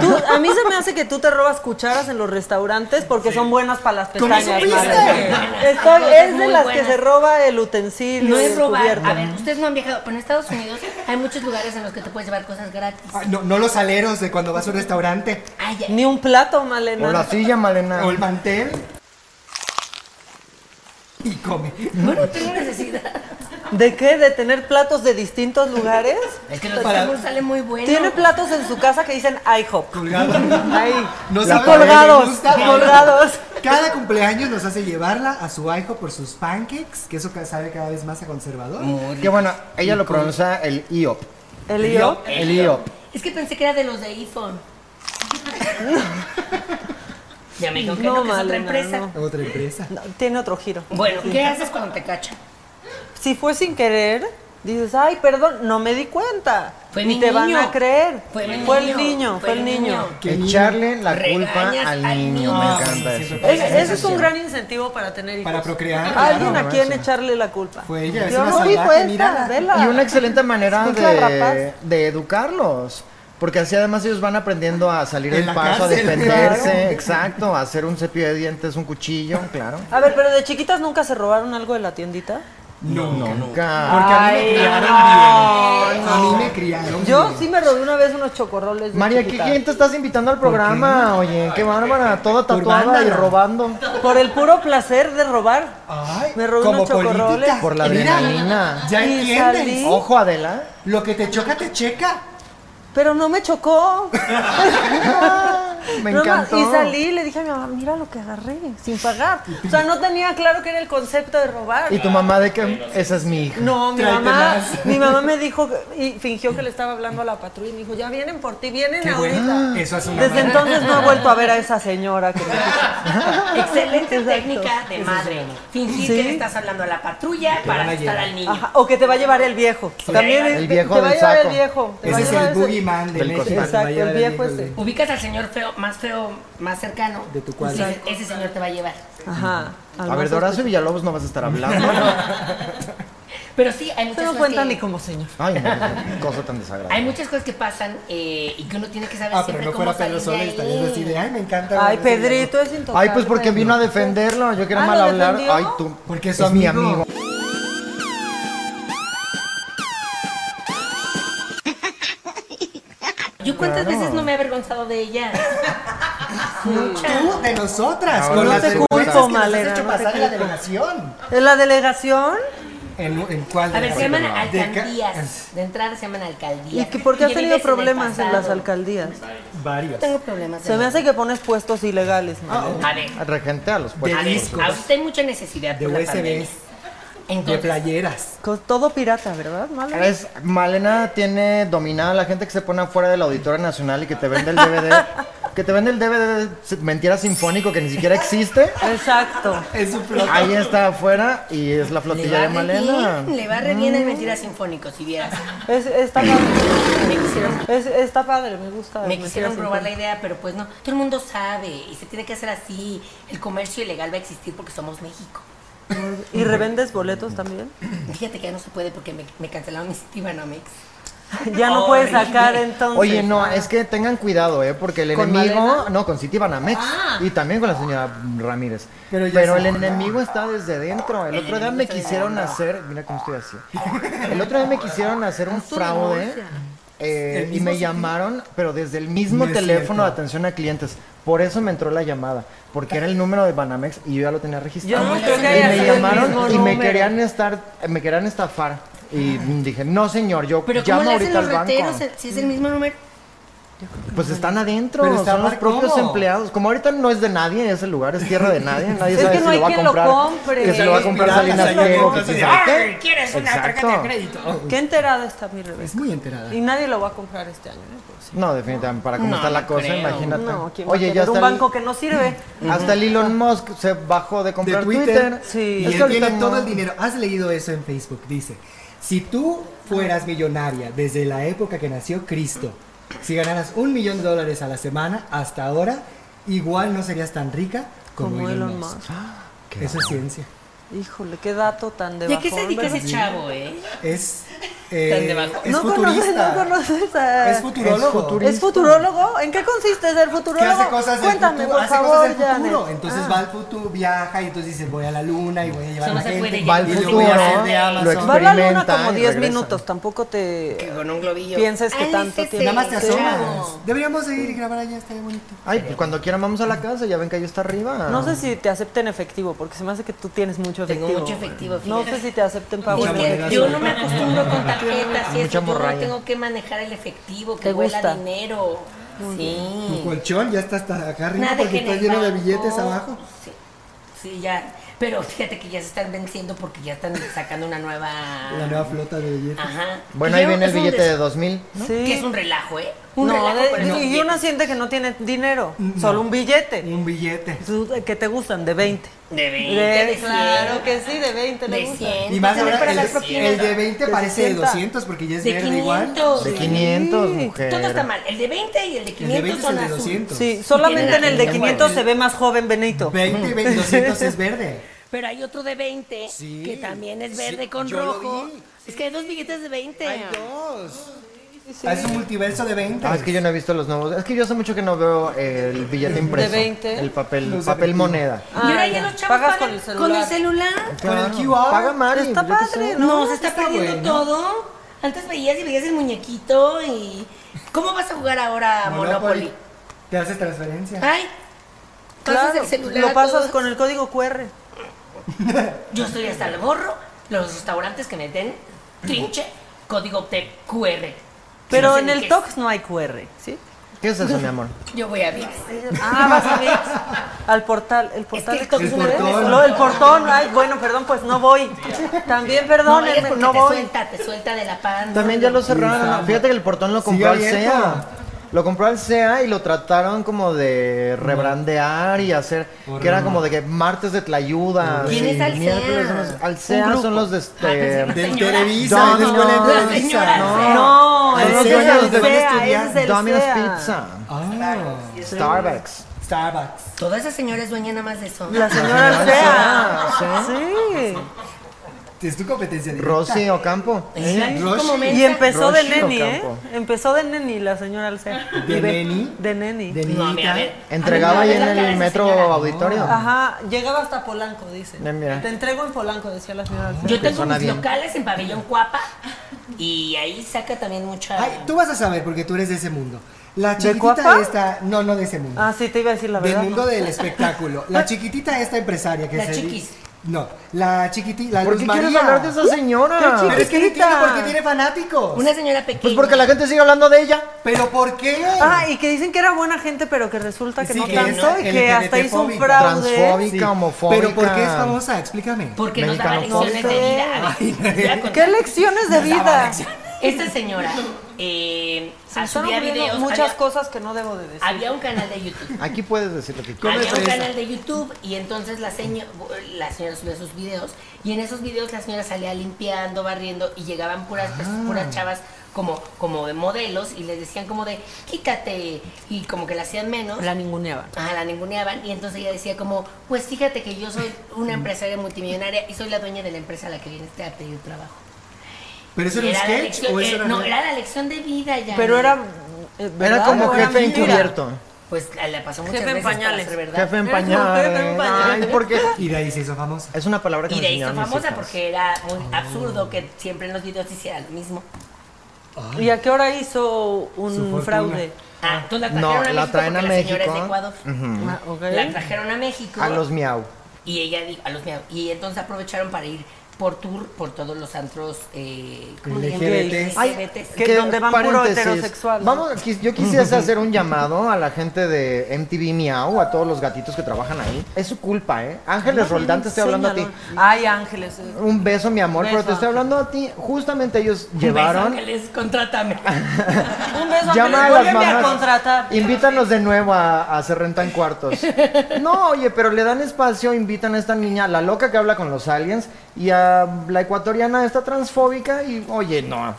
vean.
Tú- a mí se me hace que tú te robas cucharas en los restaurantes porque son buenas para las
¿Cómo
pestañas.
supiste?
Malena. Estoy-
Son
es de
muy
las
buenas.
que se roba el utensilio.
No es
el
robar.
cubierto.
A ver, ustedes no han viajado, pero en Estados Unidos hay muchos lugares en los que te puedes llevar cosas gratis.
Ah, no, no los aleros de cuando vas a un restaurante.
Ay, ya.
Ni un plato, Malena.
O la silla, Malena.
Ah.
O el mantel. Y come.
Bueno, tengo necesidad.
¿De qué? ¿De tener platos de distintos lugares?
Es que los
Para-
Para... sale muy bueno.
Tiene platos en su casa que dicen IHOP.
Colgado.
Ahí.
No
Y
sabe lo que
colgados,
le gusta.
colgados.
Cada cumpleaños nos hace llevarla a su hijo por sus pancakes, que eso ca- sabe cada vez más a conservador.
Que bueno, ella lo pronuncia el IOP.
El IHOP.
El IOP.
Es que pensé que era de los de iPhone. ya me dijeron que
No,
no, que es otra
Malena,
empresa.
no.
Otra empresa.
No, tiene otro giro.
Bueno, ¿qué haces cuando te cachan?
Si fue sin querer, dices, ay, perdón, no me di cuenta.
Fue
y
mi
te van
niño.
a creer.
Fue mi
el niño, fue el niño.
Qué
Echarle la culpa
Regañas
al
al
niño. Me
niño.
encanta
Ah, sí,
eso.
sí,
Es- ese es un gran incentivo para tener hijos.
Para procrear.
Alguien
claro.
a quien echarle la culpa.
Fue ella, es
Yo
una
no di
salvaje,
cuenta,
mírala.
vela.
Y una excelente manera
Escucha,
de,
rapaz.
de educarlos. Porque así además ellos van aprendiendo a salir
En
del
la
paso, a
cárcel,
defenderse,
claro.
exacto, a hacer un cepillo de dientes, un cuchillo, claro.
A ver, pero de chiquitas nunca se robaron algo de la tiendita.
No, no.
Nunca.
Porque a mí me
Ay,
criaron
no,
bien.
no.
A mí me criaron
Yo
bien.
sí me robé una vez unos chocorroles. De
María, ¿qué
chiquita.
gente estás invitando al programa? Oye, qué bárbara, toda
Por
tatuada y
vándala.
robando.
Por el puro placer de robar.
Ay,
Me robé
como
unos chocorroles.
política.
Por la
Mira,
adrenalina.
ya
Y
entiendes. Oh,
salí.
Ojo, Adela.
Lo que te choca, te checa.
Pero no me chocó.
Me
No, ma-
encantó.
Y salí y le dije a mi mamá, mira lo que agarré, sin pagar. O sea, no tenía claro que era el concepto de robar.
¿Y tu mamá de que Esa es mi hija.
No, mi
Tráete
mamá,
más.
mi mamá me dijo que- y fingió que le estaba hablando a la patrulla y me dijo, ya vienen por ti, vienen ahorita.
Eso es una
Desde entonces no he vuelto a ver a esa señora que me
Excelente
Exacto.
técnica de madre. Fingir que
Sí.
le estás hablando a la patrulla para
van a
asustar
llevar.
al niño.
Ajá, o que te va a llevar el viejo. También
El
te-
viejo
te va a
del
llevar
saco.
el viejo. te va a
Ese es
llevar
el
ese-
boogeyman de
Del
México.
costal.
Exacto,
Te va a
el
llevar
viejo
hijo
ese.
Ubicas al señor feo, más feo, más cercano.
De tu cuadra.
Dices, Ese señor te va a llevar.
Ajá.
A ver, de Horacio Villalobos no vas a estar hablando.
Pero sí, hay muchas
Eso no
cosas.
cuenta
que-
ni como señor.
Ay, no, qué cosa tan
Hay
desagradable.
muchas cosas que pasan eh, y que uno tiene que saber
Ah, pero
siempre
no
cómo
fuera Pedro
salir de
Soles,
ahí.
también así de, "Ah, ay, me encanta.
Ay,
Pedro Soles".
Pedrito es intocable.
Ay, pues porque vino a defenderlo. Yo quiero
Ah, ¿lo
mal hablar.
defendió?
Ay, tú.
Porque es su
mi
amigo.
amigo.
Yo cuántas veces no me he avergonzado de ella.
Tú, de nosotras,
Ahora
con
no
las
te
vergüenzas
culpo,
que nos has
Malena,
hecho
no te
pasar en la
culpo.
delegación.
¿En la delegación?
¿En, en cuál?
A ver, se llaman
De ca-
alcaldías. De entrada se llaman alcaldías.
¿Y que por qué has
vives
tenido
en el
problemas en las
pasado.
alcaldías?
Varios.
Tengo problemas. de
Se me
verdad.
hace que pones puestos ilegales,
Ah,
Malena.
A ver,
Regente a los puestos.
a ver,
discos.
ahorita hay mucha necesidad
De
por la
USBs.
pandemia.
De
Entonces,
playeras.
oh.
Con- Todo pirata, ¿verdad, Malena?
Es, Malena tiene dominada a la gente que se pone afuera de la Auditoria Nacional y que te vende el DVD. que te vende el DVD de Mentira Sinfónico que ni siquiera existe.
Exacto.
En su flota.
Ahí está afuera y es la
le
flotilla
va
de
re
Malena.
bien, le va re
Mm.
bien el Mentiras Sinfónicos, si vieras.
Es, está padre.
Me quisieron,
Es- está padre, me gusta.
me quisieron
siento-
robar la idea, pero pues no. Todo el mundo sabe y se tiene que hacer así. El comercio ilegal va a existir porque somos México.
¿Y revendes boletos también?
Fíjate que ya no se puede porque me, me cancelaron mis Tibanomics.
Ya no puedes
Horrible.
sacar entonces.
Oye, no, es que tengan cuidado, ¿eh? Porque el
¿Con
enemigo.
Malena?
No, con City Banamex.
Ah.
Y también con la señora Ramírez.
Pero
Pero,
ya se
el
murió.
enemigo está desde dentro. El,
El
otro día
enemigo
me
está desde
quisieron
dentro.
hacer. Mira cómo estoy así. El otro día me quisieron hacer un fraude. eh,
¿El
y
mismo
me
City?
llamaron, pero desde el mismo
No es
teléfono de
cierto.
atención a clientes. Por eso me entró la llamada. Porque era el número de Banamex y yo ya lo tenía registrado.
Yo no
y
creo que haya
me
sido el mismo
llamaron y me
número.
querían estar, me querían estafar. Y dije, no señor, yo
Pero ¿cómo
llamo
le hacen
ahorita al
los
banco.
reteros si es el mismo número?
Pues están adentro,
Pero está
son los
mar-
propios
¿cómo?
empleados. Como ahorita no es de nadie ese lugar, es tierra de nadie, nadie
Es
sabe
que
si
no hay
lo va a
quien lo
comprar.
compre.
Que se lo va a comprar
Piratas,
Salinas
ahí lo
Pliego, que
compras
quién
y-
sabe qué.
¡Ay, quieres una
Exacto.
tarjeta de crédito!
Qué enterada está mi Rebeca.
Es muy enterada.
Y nadie lo va a comprar este año. ¿eh? Pues sí.
No, definitivamente, para cómo
No,
está la
no
cosa,
creo.
imagínate.
No, ¿quién va
Oye,
a
ya
querer
está
un
el-
banco que no sirve?
hasta el Elon Musk se bajó de comprar
de Twitter.
Sí.
Y
Es
él
que ahorita
tiene todo
no-
el dinero. Has leído eso en Facebook. Dice, si tú fueras millonaria desde la época que nació Cristo, si ganaras un millón de dólares a la semana hasta ahora, igual no serías tan rica como, Elon Musk.
Qué
Eso es ciencia.
Híjole, qué dato tan de
¿Y a qué se
bajón,
dedica ese
¿verdad?
chavo, eh?
Es, eh,
Tan de bajo.
es
no conoces,
futurista.
no conoces a...
Es futurólogo.
Es
¿Es futurólogo? ¿En qué consiste ser
que
futurólogo?
hace cosas del
Cuéntame,
futuro,
por
hace
favor,
cosas del futuro.
Janet.
Entonces
Ah.
va al futuro, viaja y entonces dice voy a la luna y voy a llevar
Eso
a
no
la
se
gente.
puede
Va al
y lo
futuro,
voy
¿eh?
a hacer de
lo
Amazon.
Va a la luna
experimenta
como
y
10
regresa.
minutos, tampoco
Que
te...
Con un globillo.
Piensas que
Ah,
tanto
ese
tiene.
Nada más te
sí,
asomas.
chavo.
Deberíamos de ir y grabar allá, estaría bonito.
Ay, pues cuando quieran vamos a la casa, ya ven que ahí está arriba.
No sé si te acepten efectivo, porque se me hace que tú tienes mucho
Tengo
efectivo.
mucho efectivo,
No
fíjate.
sé si te acepten pago.
Es
Mucha
que
moneda,
yo
sí.
no me acostumbro con tarjetas y
Mucha
eso. Yo no
morralla.
tengo que manejar el efectivo, que
¿Te
huela
gusta?
dinero.
Tu
Sí.
colchón ya está hasta acá arriba
Nada
porque
que en
está
el
lleno de
banco.
billetes abajo.
Sí. Sí, ya. Pero fíjate que ya se están venciendo porque ya están sacando una nueva.
La nueva flota de billetes.
Ajá.
Bueno,
Y
ahí
yo-
viene el
es un
billete
des-
de 2000.
Sí.
Que es un relajo, ¿eh? Un
No,
relajo
de-
para los
y
billetes.
una siente que no tiene dinero,
No.
solo un billete.
Un billete.
Tú- Que te gustan, de 20.
De 20,
De-
de, 100,
claro que sí, de 20 le
de
gusta.
100.
Y más
también
ahora
para
el,
las
de-
propinas.
el de 20
Que
parece
se
de
sienta.
200 porque ya es
de
verde igual.
500.
De 500,
Todo está
mujer.
mal. El de 20 y el de
El de
500
20 es
son
el de
azul.
200.
Sí, solamente en el de
Tiene
500
la-
se ve más joven Benito.
20 y 20, 200 es verde.
Pero hay otro de 20
Sí.
que también es verde
Sí,
con
yo lo
rojo.
vi.
Es que hay dos billetes de 20.
Hay dos. Ah, Es un multiverso de 20.
Ah, es que yo no he visto los nuevos. Es que yo hace mucho que no veo el billete impreso.
20.
El papel,
Los de
papel
21.
moneda.
Y ahora ya
ya.
los chavos
Pagas
pagan
con el celular.
Con el celular.
Con el QR.
Ah. Paga Mari,
Está
yo qué sé.
padre,
No,
¿no?
se está, perdiendo
bueno.
todo. Antes veías y veías el muñequito y... ¿Cómo vas a jugar ahora a Monopoly? Ah,
Te haces transferencia.
Ay, pasas
Claro,
el celular.
lo
a
pasas
todos.
con el código QR.
Yo estoy hasta el gorro. Los restaurantes que me den trinche, código T QR.
Pero
No sé
en
ni
el
qué
Tox no hay QR, ¿sí?
¿Qué es eso, mi amor?
es. Yo voy a Vix.
Ah, vas a Vix, al portal, el portal
Eh, el Tox
de
es una El portón. vez.
Lo- el portón, ay, bueno, perdón, pues no voy. También
No, vayas
perdónenme,
porque
no
te
voy.
suelta, te suelta de la pan.
También ya lo cerraron. Fíjate que el portón lo compró al
Sigue abierto.
SEA. Lo compró al SEA y lo trataron como de rebrandear y hacer. Que era como de que martes de Tlayuda.
¿Quién
y
es al SEA?
miércoles, no sé. Al
Un
SEA
grupo.
son los de
Ah, pensé
este.
que-
De
Señora.
Televisa, de la escuela
Domino's.
de Televisa.
Señora,
Ah,
No.
No,
Al
ese es
SEA,
el
donde van a
SEA,
estudiar.
ese es el
Domino's
SEA.
Pizza.
Ah,
Starbucks.
Starbucks.
Toda esa señora es dueña nada más de eso.
La señora
La
Alcea.
señora
Ah, Sí.
Es tu competencia directa.
Rosy Ocampo.
Es la-
Roshi.
como mensa.
Y empezó de
Roshi
neni, ¿eh?
Ocampo.
Empezó de neni la señora Alcea.
¿De
Y ve-
neni?
De neni.
De
No, mira, a ver.
niñita.
Entregaba
A
ahí
ver,
en
la cara de
el
esa
metro
señora.
auditorio.
Ajá, llegaba hasta Polanco, dice.
Ya, mira.
Te entrego en Polanco, decía la señora Alcea.
Yo tengo
Suena
mis
bien.
locales en Pabellón Cuapa y ahí saca también mucha.
Ay, tú vas a saber porque tú eres de ese mundo. La
Cuapa?
chiquitita esta, no, no de ese mundo.
Ah, sí, te iba a decir la
del
verdad.
mundo del espectáculo. La chiquitita esta empresaria que
La
se dedica-
chiquis.
No, la chiquitita, la
¿Por
Pues,
Luz
qué
María.
quieres hablar de esa
Pero
señora?
es que no
Chiquita.
entiendo por qué tiene fanáticos.
Una señora pequeña.
Pues porque la gente sigue hablando de ella.
Pero ¿por qué?
Ah, y que dicen que era buena gente, pero que resulta que
Sí,
no
que
tanto
es
y que hasta
LGBT
hizo un
fóbica.
fraude.
Transfóbica, homofóbica.
Pero ¿por qué es famosa? Explícame.
Porque nos daba
Mexicano
lecciones de
pobre.
vida. Les voy a contar.
¿Qué lecciones de vida?
Esta señora eh,
Se me están
subía
ocurriendo
videos.
muchas
había-
cosas que no debo de decir.
Había un canal de YouTube.
Aquí puedes decir lo que quieras.
Había un
fresa.
canal de YouTube y entonces la, seño- la señora subía sus videos y en esos videos la señora salía limpiando, barriendo y llegaban puras, puras chavas como, como de modelos y les decían como de quítate y como que la hacían menos.
La ninguneaban.
Ajá, la ninguneaban y entonces ella decía como, pues fíjate que yo soy una empresaria multimillonaria y soy la dueña de la empresa a la que viniste a pedir trabajo.
¿Pero eso era un
Era la
sketch
lección-
o
eh,
eso era
no,
real?
era la lección de vida ya.
Pero era. eh,
Era
¿verdad?
como
¿O
jefe
mentira?
encubierto.
Pues la, la pasó muchas
Jefe en
veces para
pañales.
ser verdad.
Jefe en
Era como jefe en
pañales.
pañales.
Ay, porque
Y de ahí se hizo famosa.
es una palabra que
Y
me
de ahí está
enseñaron mis
famosa
hijas.
porque era muy
Ah.
absurdo que siempre en los videos hiciera lo mismo.
¿Y a qué hora hizo
Su
un
fortuna.
fraude?
Ah, tú la trajeron
No,
a México
la traen a
porque la señora es
México.
de Ecuador.
Ujú.
Ah, ok.
La trajeron a México
A los miau.
y ella dijo, a los miau. Y entonces aprovecharon para ir por tour por todos los antros eh, ¿cómo le llaman?
LGBTs.
Ay,
LGBTs.
que
¿Qué-
donde van puro
paréntesis?
heterosexual, ¿no?
Vamos, quis- yo quisiera hacer un llamado a la gente de MTV Miau, a todos los gatitos que trabajan ahí. Es su culpa, ¿eh? Ángeles Roldán, te estoy hablando a ti.
Señalón. Ay, Ángeles. eh.
Un beso, mi amor,
Beso,
pero te estoy
Ángel.
hablando a ti. Justamente ellos
Un beso,
llevaron.
Ángeles, contrátame.
Un beso,
Llama a las
Ángeles. Vuélveme a
mamás.
contratar.
Invítanos de nuevo a, a hacer renta en cuartos. No, oye, pero le dan espacio, invitan a esta niña, la loca que habla con los aliens, y a la ecuatoriana esta transfóbica, y oye, no.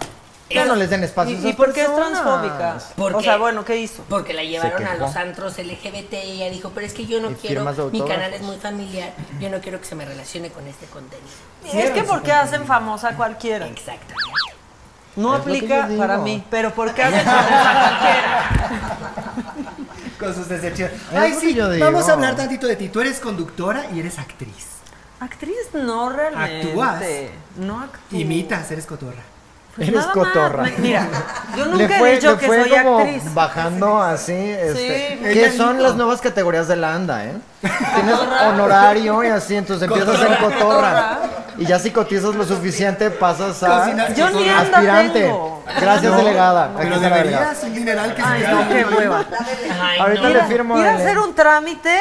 Ya no les den espacio. a
¿Y,
esas
y por qué es
personas.
transfóbica?
¿Por
o
qué?
sea, bueno, ¿qué hizo?
Porque la llevaron a
quejó.
los antros LGBT y ella dijo, pero es que yo no
Y
quiero,
firmas de
mi
autógrafos.
canal es muy familiar, yo no quiero que se me relacione con este contenido.
Es que porque hacen famosa a cualquiera.
Exacto.
No
Es lo que
aplica
yo digo.
para mí, pero ¿por qué hacen famosa a cualquiera?
Con sus decepciones.
Es
Ay,
lo que
sí,
yo digo.
vamos a hablar tantito de ti. Tú eres conductora y eres actriz.
Actriz no realmente.
Actúas.
No Pues actúas.
Imitas, eres cotorra.
Eres cotorra.
Mira, yo
Le
nunca
fue,
he dicho
le
que
fue
soy
como
actriz.
bajando así, este,
me
que
encantó.
son las nuevas categorías de la anda, ¿eh? Tienes honorario y así, entonces empiezas en cotorra. Y ya si cotizas lo suficiente, pasas a
Cocinas
Yo ni cotorra. anda
aspirante.
tengo.
Gracias,
No,
delegada. Aquí
Pero
está la delegada.
deberías un dineral que se
Ay,
te
no, qué hueva.
Ay,
Ahorita
no.
le firmo.
Ir a
el-
hacer un trámite,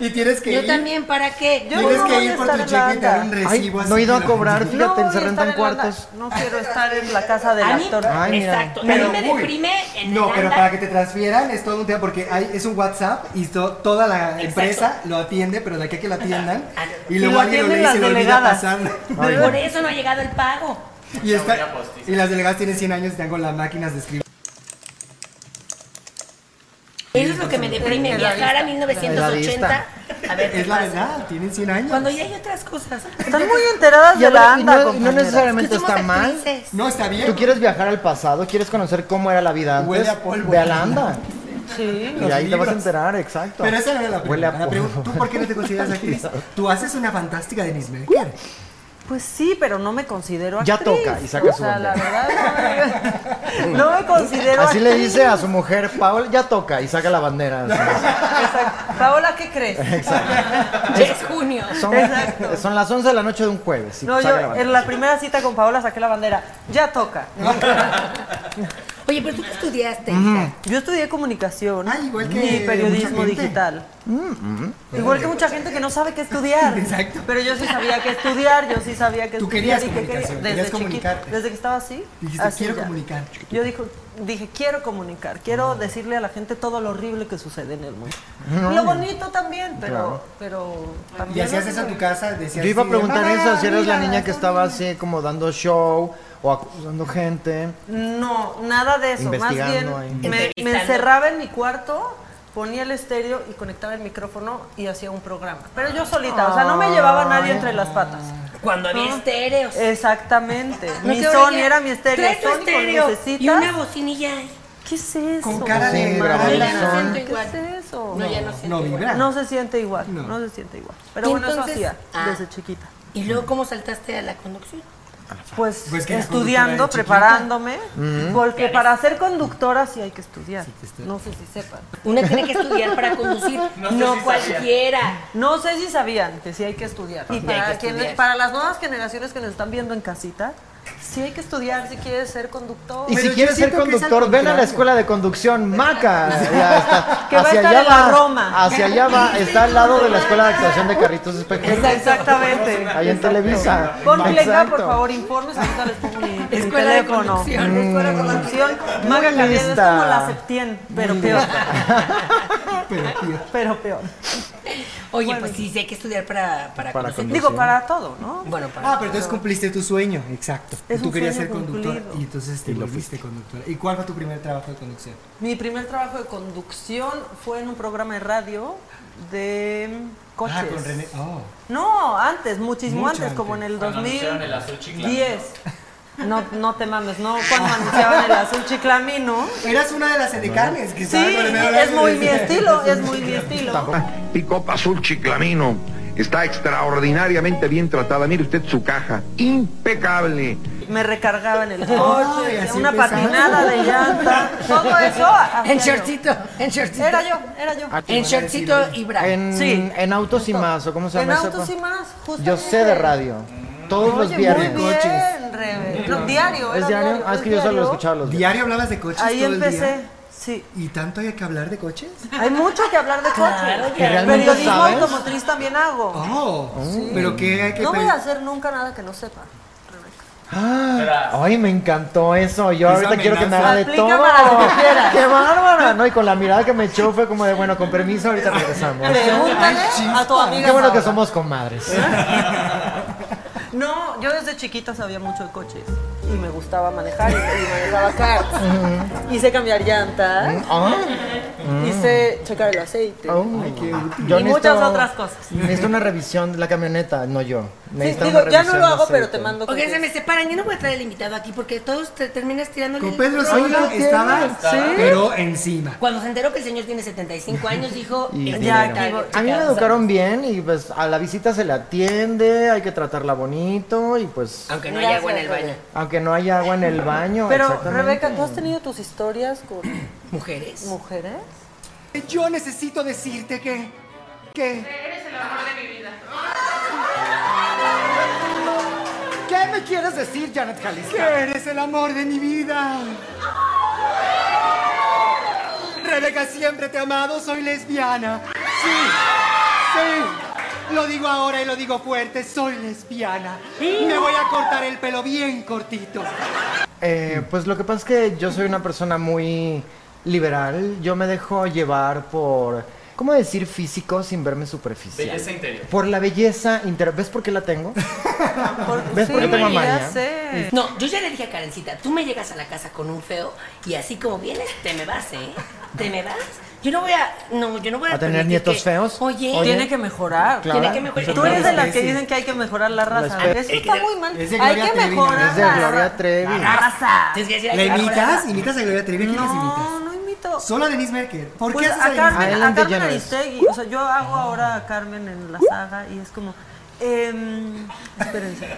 Y tienes que
Yo
ir.
también, ¿para qué?
Yo
tienes
no
que
voy a
ir por
estar
tu
en
cheque y te dan un
la
Ay,
recibo así.
no he ido a
de la-
cobrar, fíjate,
no,
se
y
rentan
estar en la-
cuartos.
no quiero estar en la casa del
A mí-
actor.
Ay, mira.
Exacto. a
Pero,
mí me
uy,
deprime en
No,
el
pero
anda-
para que te transfieran es todo un tema porque hay, es un WhatsApp y to- toda la
Exacto.
empresa lo atiende, pero de aquí a que la atiendan.
Ah,
Y
y
luego
lo
alguien lo
atienden
lee y se
las
lo olvida
delegadas.
pasar.
Ay,
Por eso no ha llegado el pago.
Y, está- y las delegadas tienen 100 años y están con las máquinas de escribir.
Eso es lo que me deprime, viajar a 1980. A ver,
Es
¿qué
la
pasa?
verdad, tienen 100 años.
Cuando ya hay otras cosas.
Están muy enteradas
Y a
de la
ver, y
anda,
no, y no
compañeras.
necesariamente
Que somos
está mal.
actrices.
No, está bien.
Tú quieres viajar al pasado, quieres conocer cómo era la vida
Huele
antes.
a polvo.
Ve a la anda.
Sí.
Y
Los
ahí te vas
libros.
a enterar, exacto.
Pero esa no era la
Huele
pregunta.
a
La pregunta,
polvo.
¿Tú por qué no te consideras actriz? Tú haces una fantástica Denise Merker.
Pues sí, pero no me considero
Ya
actriz.
toca, y saca
O
su
sea, la
bandera.
verdad, no me, no me considero
Así le
actriz.
dice a su mujer, Paola, ya toca y saca la bandera. así.
Exacto. Paola, ¿qué crees?
Ya es junio.
Son,
Exacto.
son las 11 de la noche de un jueves. y
No,
saca
yo
la bandera.
en la primera cita con Paola saqué la bandera. Ya toca.
Oye, pero tú qué estudiaste. hija?
Yo estudié comunicación
Ah, igual que
y periodismo
mucha gente.
digital. Igual que mucha gente que no sabe qué estudiar.
Exacto.
Pero yo sí sabía qué estudiar, yo sí sabía qué
Tú
estudiar.
querías
y qué
comunicación,
quería.
querías
Desde chiquita,
comunicarte.
desde que estaba así.
Dijiste,
así
"Quiero comunicar". Oh.
Yo dijo, dije, quiero comunicar, quiero decirle a la gente todo lo horrible que sucede en el mundo. Lo bonito también, pero...
Claro.
pero
Y
también
hacías eso en tu casa, decías.
Yo iba a
sí,
preguntar
"Mamá,
eso, si eres la
mira,
niña que
está
estaba
bien".
así como dando show o acusando gente.
No, nada de eso. Más
Investigando
bien
ahí.
me,
Entrevistando.
me encerraba en mi cuarto, ponía el estéreo y conectaba el micrófono y hacía un programa. Pero yo solita, o sea, no me llevaba nadie entre las patas.
Cuando había estéreos.
Exactamente.
Lo
Eh, Mi
que ahora
Sony
ya-
era mi estéreo.
Trae tu
Sony con
estéreo Y
lucecitas.
una bocinilla.
¿Qué es eso?
Con cara
Sí,
de.
grabando
Yo
Ahora
ya no
son-
siento
¿Qué
igual.
es eso?
No, ya no siento
No
igual.
vibra.
Oh, No se siente igual, no,
No.
se siente igual. Pero bueno,
Entonces-
eso hacía
Ah.
desde chiquita.
¿Y luego cómo saltaste a la conducción?
Pues,
Pues que la
estudiando,
conductora de
preparándome, porque para ser conductora sí hay que estudiar. No sé si sepan.
Una tiene que estudiar para conducir. No, cualquiera.
No sé si sabían que sí hay que estudiar. Y
Sí,
para,
hay que
quienes-
estudiar.
para las nuevas generaciones que nos están viendo en casita, sí hay que estudiar si quieres ser conductor.
Y
Pero
si
yo
quieres ser
siento que es al
conductor, ven a la
contrario.
escuela de conducción, Maca. Ya está.
Que va a
hacia
estar
allá
en la
va,
Roma.
Hacia allá va, está al lado de la escuela de actuación de Carritos Espejeros.
Exactamente.
Ahí en Televisa.
Ponlega, por
Exacto.
favor, informes. Ahorita les pongo mi, mi
Escuela de
teléfono. Mm.
conducción.
Escuela de conducción. Maga
Muy
Carrión, es
lista.
como la Septien, pero peor.
Ah, Pero, tío,
Pero peor.
Oye, pues sí, sí hay que estudiar para, para,
Para
conocer.
conducir.
Digo, para todo, ¿no?
Bueno, para
Ah, pero entonces cumpliste tu sueño, exacto.
Es
tú
un
querías
sueño
ser conductora
cumplido.
y entonces te
Y lo
volviste conductora. ¿Y cuál fue tu primer trabajo de conducción?
Mi primer trabajo de conducción fue en un programa de radio de coches.
Ah, con René. Oh.
No, antes, muchísimo
Mucho
antes,
antes.
como en el
Cuando anunciaron el azul
2010. No, no te mames, no cuando anunciaban el azul chiclamino.
Eras una de las edecanes que
Sí,
estaba con René
es muy mi
Bolaños.
estilo, es muy mi estilo.
Picopa Azul Chiclamino está extraordinariamente bien tratada. Mire usted su caja, impecable.
Me recargaba en el
Ay,
coche,
así
una
empezaba.
patinada de llanta, todo eso. hacía
En
yo.
shortcito, en shortcito.
Era yo, era yo.
Ah,
En shortcito y bra.
En,
Sí.
en autos y más, o cómo se
En
llama ese
autos
pa-
y más, justamente.
Yo sé de radio. Todos los
Oye,
viernes.
Muy bien, Rebe. No, diario,
¿Es
era
diario? Ah, es que yo solo lo
diario.
escuchaba los viernes.
Diario hablabas de coches
Ahí
todo el
empecé,
día.
sí.
¿Y tanto había que hablar de coches?
Hay mucho que hablar de coches.
¿Que realmente
Periodismo
sabes? Ah,
automotriz también hago.
Oh, pero qué hay que
No voy
pe-
a hacer nunca nada que no sepa.
Ah, Ay, me encantó eso. Yo
Esa
ahorita quiero que me
amenaza.
haga de
Aplica
todo.
para lo que quieras.
¡Qué bárbara! No, y con la mirada que me echó fue como de, bueno, con permiso, ahorita regresamos.
Pregúntale a tu amiga.
Qué bueno que
Paula.
somos comadres.
No, yo desde chiquita sabía mucho de coches. Y me gustaba manejar y, y manejaba cartas. Hice cambiar llantas.
Ah,
Hice checar el aceite.
oh. Yo necesito-
Y muchas otras cosas.
Necesito una revisión de la camioneta, no yo.
Sí,
Necesito
digo,
una
ya no
revisión
lo
de
hago, pero
aceite.
te mando
Oigan, se
copias.
me separan. Yo no voy a traer el invitado aquí porque todos te terminas tirándole.
Con
el
Pedro
rollo.
Sola estaba, pero encima.
Cuando se enteró que el señor tiene 75 años, dijo.
Y
"Es
dinero.
neta,
aquí voy.
chicas,
A mí me
o sea,
educaron bien y pues a la visita se le atiende, hay que tratarla bonito y pues
Aunque no haya agua en el
Gracias,
baño.
aunque no haya agua en el baño.
Pero,
exactamente.
Rebeca, ¿tú has tenido tus historias con
Mujeres.
mujeres?
Yo necesito decirte que... que...
¿Qué me quieres decir, Janet Jalisco?
que eres el amor de mi vida. Rebeca, siempre te he amado, soy lesbiana. Sí, sí. Lo digo ahora y lo digo fuerte, soy lesbiana. Me voy a cortar el pelo bien cortito.
Eh, pues lo que pasa es que yo soy una persona muy liberal. Yo me dejo llevar por, ¿cómo decir físico sin verme superficial?
Belleza interior.
Por la belleza interior. ¿Ves por qué la tengo? ¿Ves por qué tengo a María?
ya sé.
No, yo ya le dije a Karencita, tú me llegas a la casa con un feo y así como vienes, te me vas, ¿eh? Te me vas. Yo no voy a. No, yo no voy a.
¿A tener
permitir
nietos
que-
feos?
Oye,
Oye.
Tiene que mejorar.
Claro.
tiene que mejorar.
Tú eres de las que
especie.
dicen que hay que mejorar la raza.
La espe-
Eso está muy mal.
Es de
Hay
Gloria
que
Trevi, ¿no?
mejorar
Es de
la
Gloria Trevi.
Ah, raza.
Tienes que decir,
¿La
"Ay,
imitas?
ahora-
¿Imitas a Gloria Trevi? ¿A quién les
No,
imitas?
no imito.
Solo a Denise Merker. ¿Por qué
Pues
haces Ah.
a
a Denise
Carmen, a
Ellen
Carmen
DeGeneres.
Aristegui. O sea, yo hago ahora a Carmen en la saga y es como. em, espérense.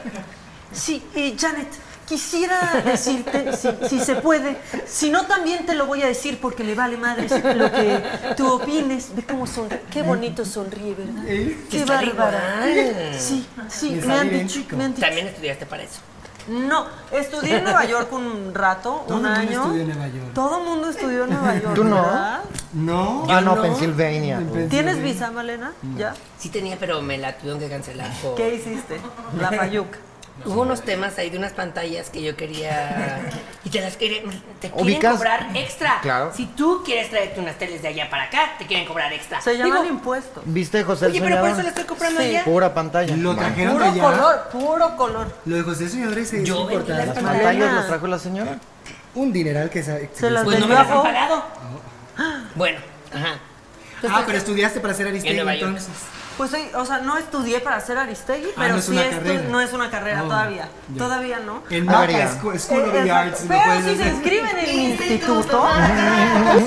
Sí, eh, Janet, quisiera decirte, si, si se puede, si no también te lo voy a decir porque me vale madre lo que tú opines. Ve cómo sonríe, qué bonito sonríe, ¿verdad? Qué
Está
bárbara.
igual.
Sí, sí,
Les
me han
sale
dicho,
idéntico.
me han dicho.
También estudiaste para eso.
No, estudié en Nueva York un rato,
Todo
un
el mundo
año.
estudió en Nueva York.
Todo el mundo estudió en Nueva York.
¿Tú no?
¿verdad?
No.
Ah, no, Pensilvania.
¿Tienes visa, Malena? ¿Ya?
Sí tenía, pero me la tuvieron que cancelar. por-
¿Qué hiciste? La payuca.
Hubo unos temas ahí de unas pantallas que yo quería y te las quería, te quieren
¿Ubicas?
cobrar extra.
Claro.
Si tú quieres traerte unas teles de allá para acá, te quieren cobrar extra.
Se llaman
Digo,
impuestos.
¿Viste José el
Oye, pero por eso
Soñador?
le estoy comprando allá.
Pura pantalla.
Lo
Bueno,
trajeron de
Puro
allá.
color, puro color.
Lo de José Soñador es es
Yo vendí las
importante.
pantallas.
¿Pantallas
Malena.
los trajo la señora?
Un dineral que se,
Se las
Pues no
vendió
me las
a
han
Vogue.
pagado. Bueno, ajá.
Ah, pero estudiaste para ser Aristegui
En Nueva York.
entonces.
Pues sí, o sea, no estudié para ser Aristegui, pero
Ah, no es
sí
una
estu-
carrera.
no es una carrera
Oh,
todavía.
ya. Eh,
Todavía no. Eh,
En
A ver,
Mapa
ya.
School, School of the
Exacto.
Arts. lo
pero
puedes
si se
hacer.
inscriben en el instituto,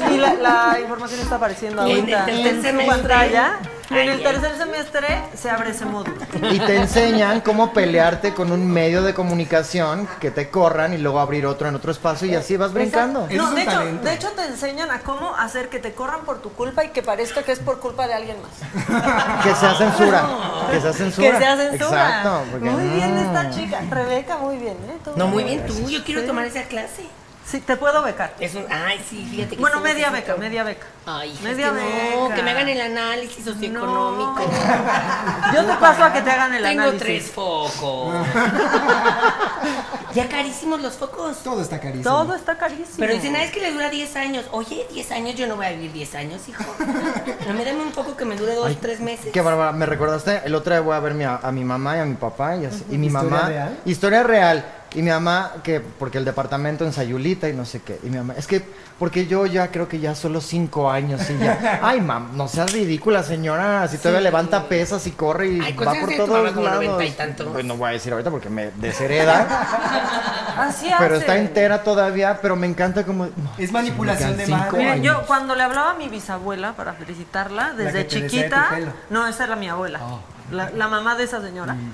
y la, la información está apareciendo
En el
ahorita
tercer
en su
semestre.
pantalla, en el
Ahí es.
tercer semestre se abre ese módulo.
Y te enseñan cómo pelearte con un medio de comunicación, que te corran y luego abrir otro en otro espacio y así vas brincando.
Eso
No, de
es un
hecho,
talento.
de hecho te enseñan a cómo hacer que te corran por tu culpa y que parezca que es por culpa de alguien más.
Que sea censura. Que sea censura.
Que sea censura.
Exacto. porque-
muy bien
mm.
esta chica. Rebeca, muy bien, ¿eh? Tú.
No, muy bien tú, yo quiero tomar esa clase.
Sí, te puedo becar.
Es un- ay, sí, fíjate que
Bueno,
sí
media
necesito.
beca, media beca.
Ay, hija,
media
es que no,
beca.
que me hagan el análisis socioeconómico.
No. Yo te paso a que te hagan el
Tengo
análisis.
tres focos. ya carísimos los focos.
Todo está carísimo.
Todo está carísimo.
Pero dicen, ah, es que le dura 10 años. Oye, 10 años yo no voy a vivir 10 años, hijo. No me dame un foco que me dure 2, 3 meses.
Qué bárbara, me recordaste, el otro día voy a ver mi- a, a mi mamá y a mi papá y, así- y mi
¿Historia
mamá.
real?
Historia real. Y mi mamá, que porque el departamento en Sayulita y no sé qué. Y mi mamá, es que, porque yo ya creo que ya solo cinco años y ya. Ay, mam, no seas ridícula, señora. Si todavía levanta pesas y corre y
Ay,
va
¿cuántos años
por
tiene tu mamá?
todos
Como noventa y
lados.
tantos.
Pues no voy a decir ahorita porque me deshereda.
Así
pero
hacen.
está entera todavía, pero me encanta como.
Es manipulación de
Cinco
madre.
Miren,
años.
yo cuando le hablaba a mi bisabuela para felicitarla, desde
que te decía de
chiquita,
tu pelo.
no, esa era mi abuela,
Oh.
la, la mamá de esa señora.
Mm.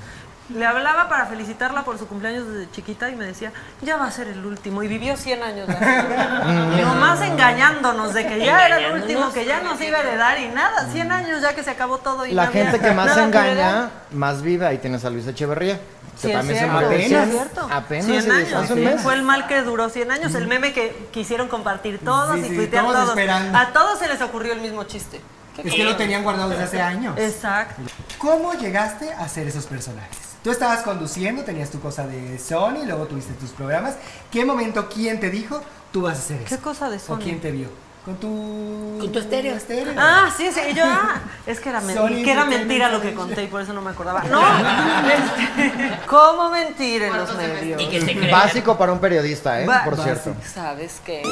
Le hablaba para felicitarla por su cumpleaños desde chiquita y me decía, ya va a ser el último. Y vivió 100 años. la señora. Nomás engañándonos de que ya era el último, que ya nos iba a heredar y nada, 100 años ya que se acabó todo. Y
La
no había
gente que más
nada
engaña,
heredar.
más vive. Ahí tienes a Luis Echeverría.
Sí,
que
es
también se
cierto,
murió de
sí,
cien.
es cierto.
Apenas
100
se deshizo
años.
hace un mes.
Fue el mal que duró 100 años. El meme que quisieron compartir todos
Sí,
y
sí,
tuitear
todos
todos.
esperando.
A todos se les ocurrió el mismo chiste. Qué
Es que
cosa.
lo tenían guardado desde hace años.
Exacto.
¿Cómo llegaste a ser esos personajes? Tú estabas conduciendo, tenías tu cosa de Sony, luego tuviste tus programas. ¿Qué momento, quién te dijo, tú vas a hacer eso?
¿Qué cosa de Sony?
¿O quién te vio? Con tu...
Con tu estéreo.
Ah, sí, sí, y yo, ah, es que era, men-
Sony
que era
Entertainment
mentira lo que
Solutions.
conté y por eso no me acordaba. No, este, ¿cómo mentir en los medios?
Y que te crean.
Básico para un periodista, ¿eh?
Ba-
Por cierto.
¿Sabes qué?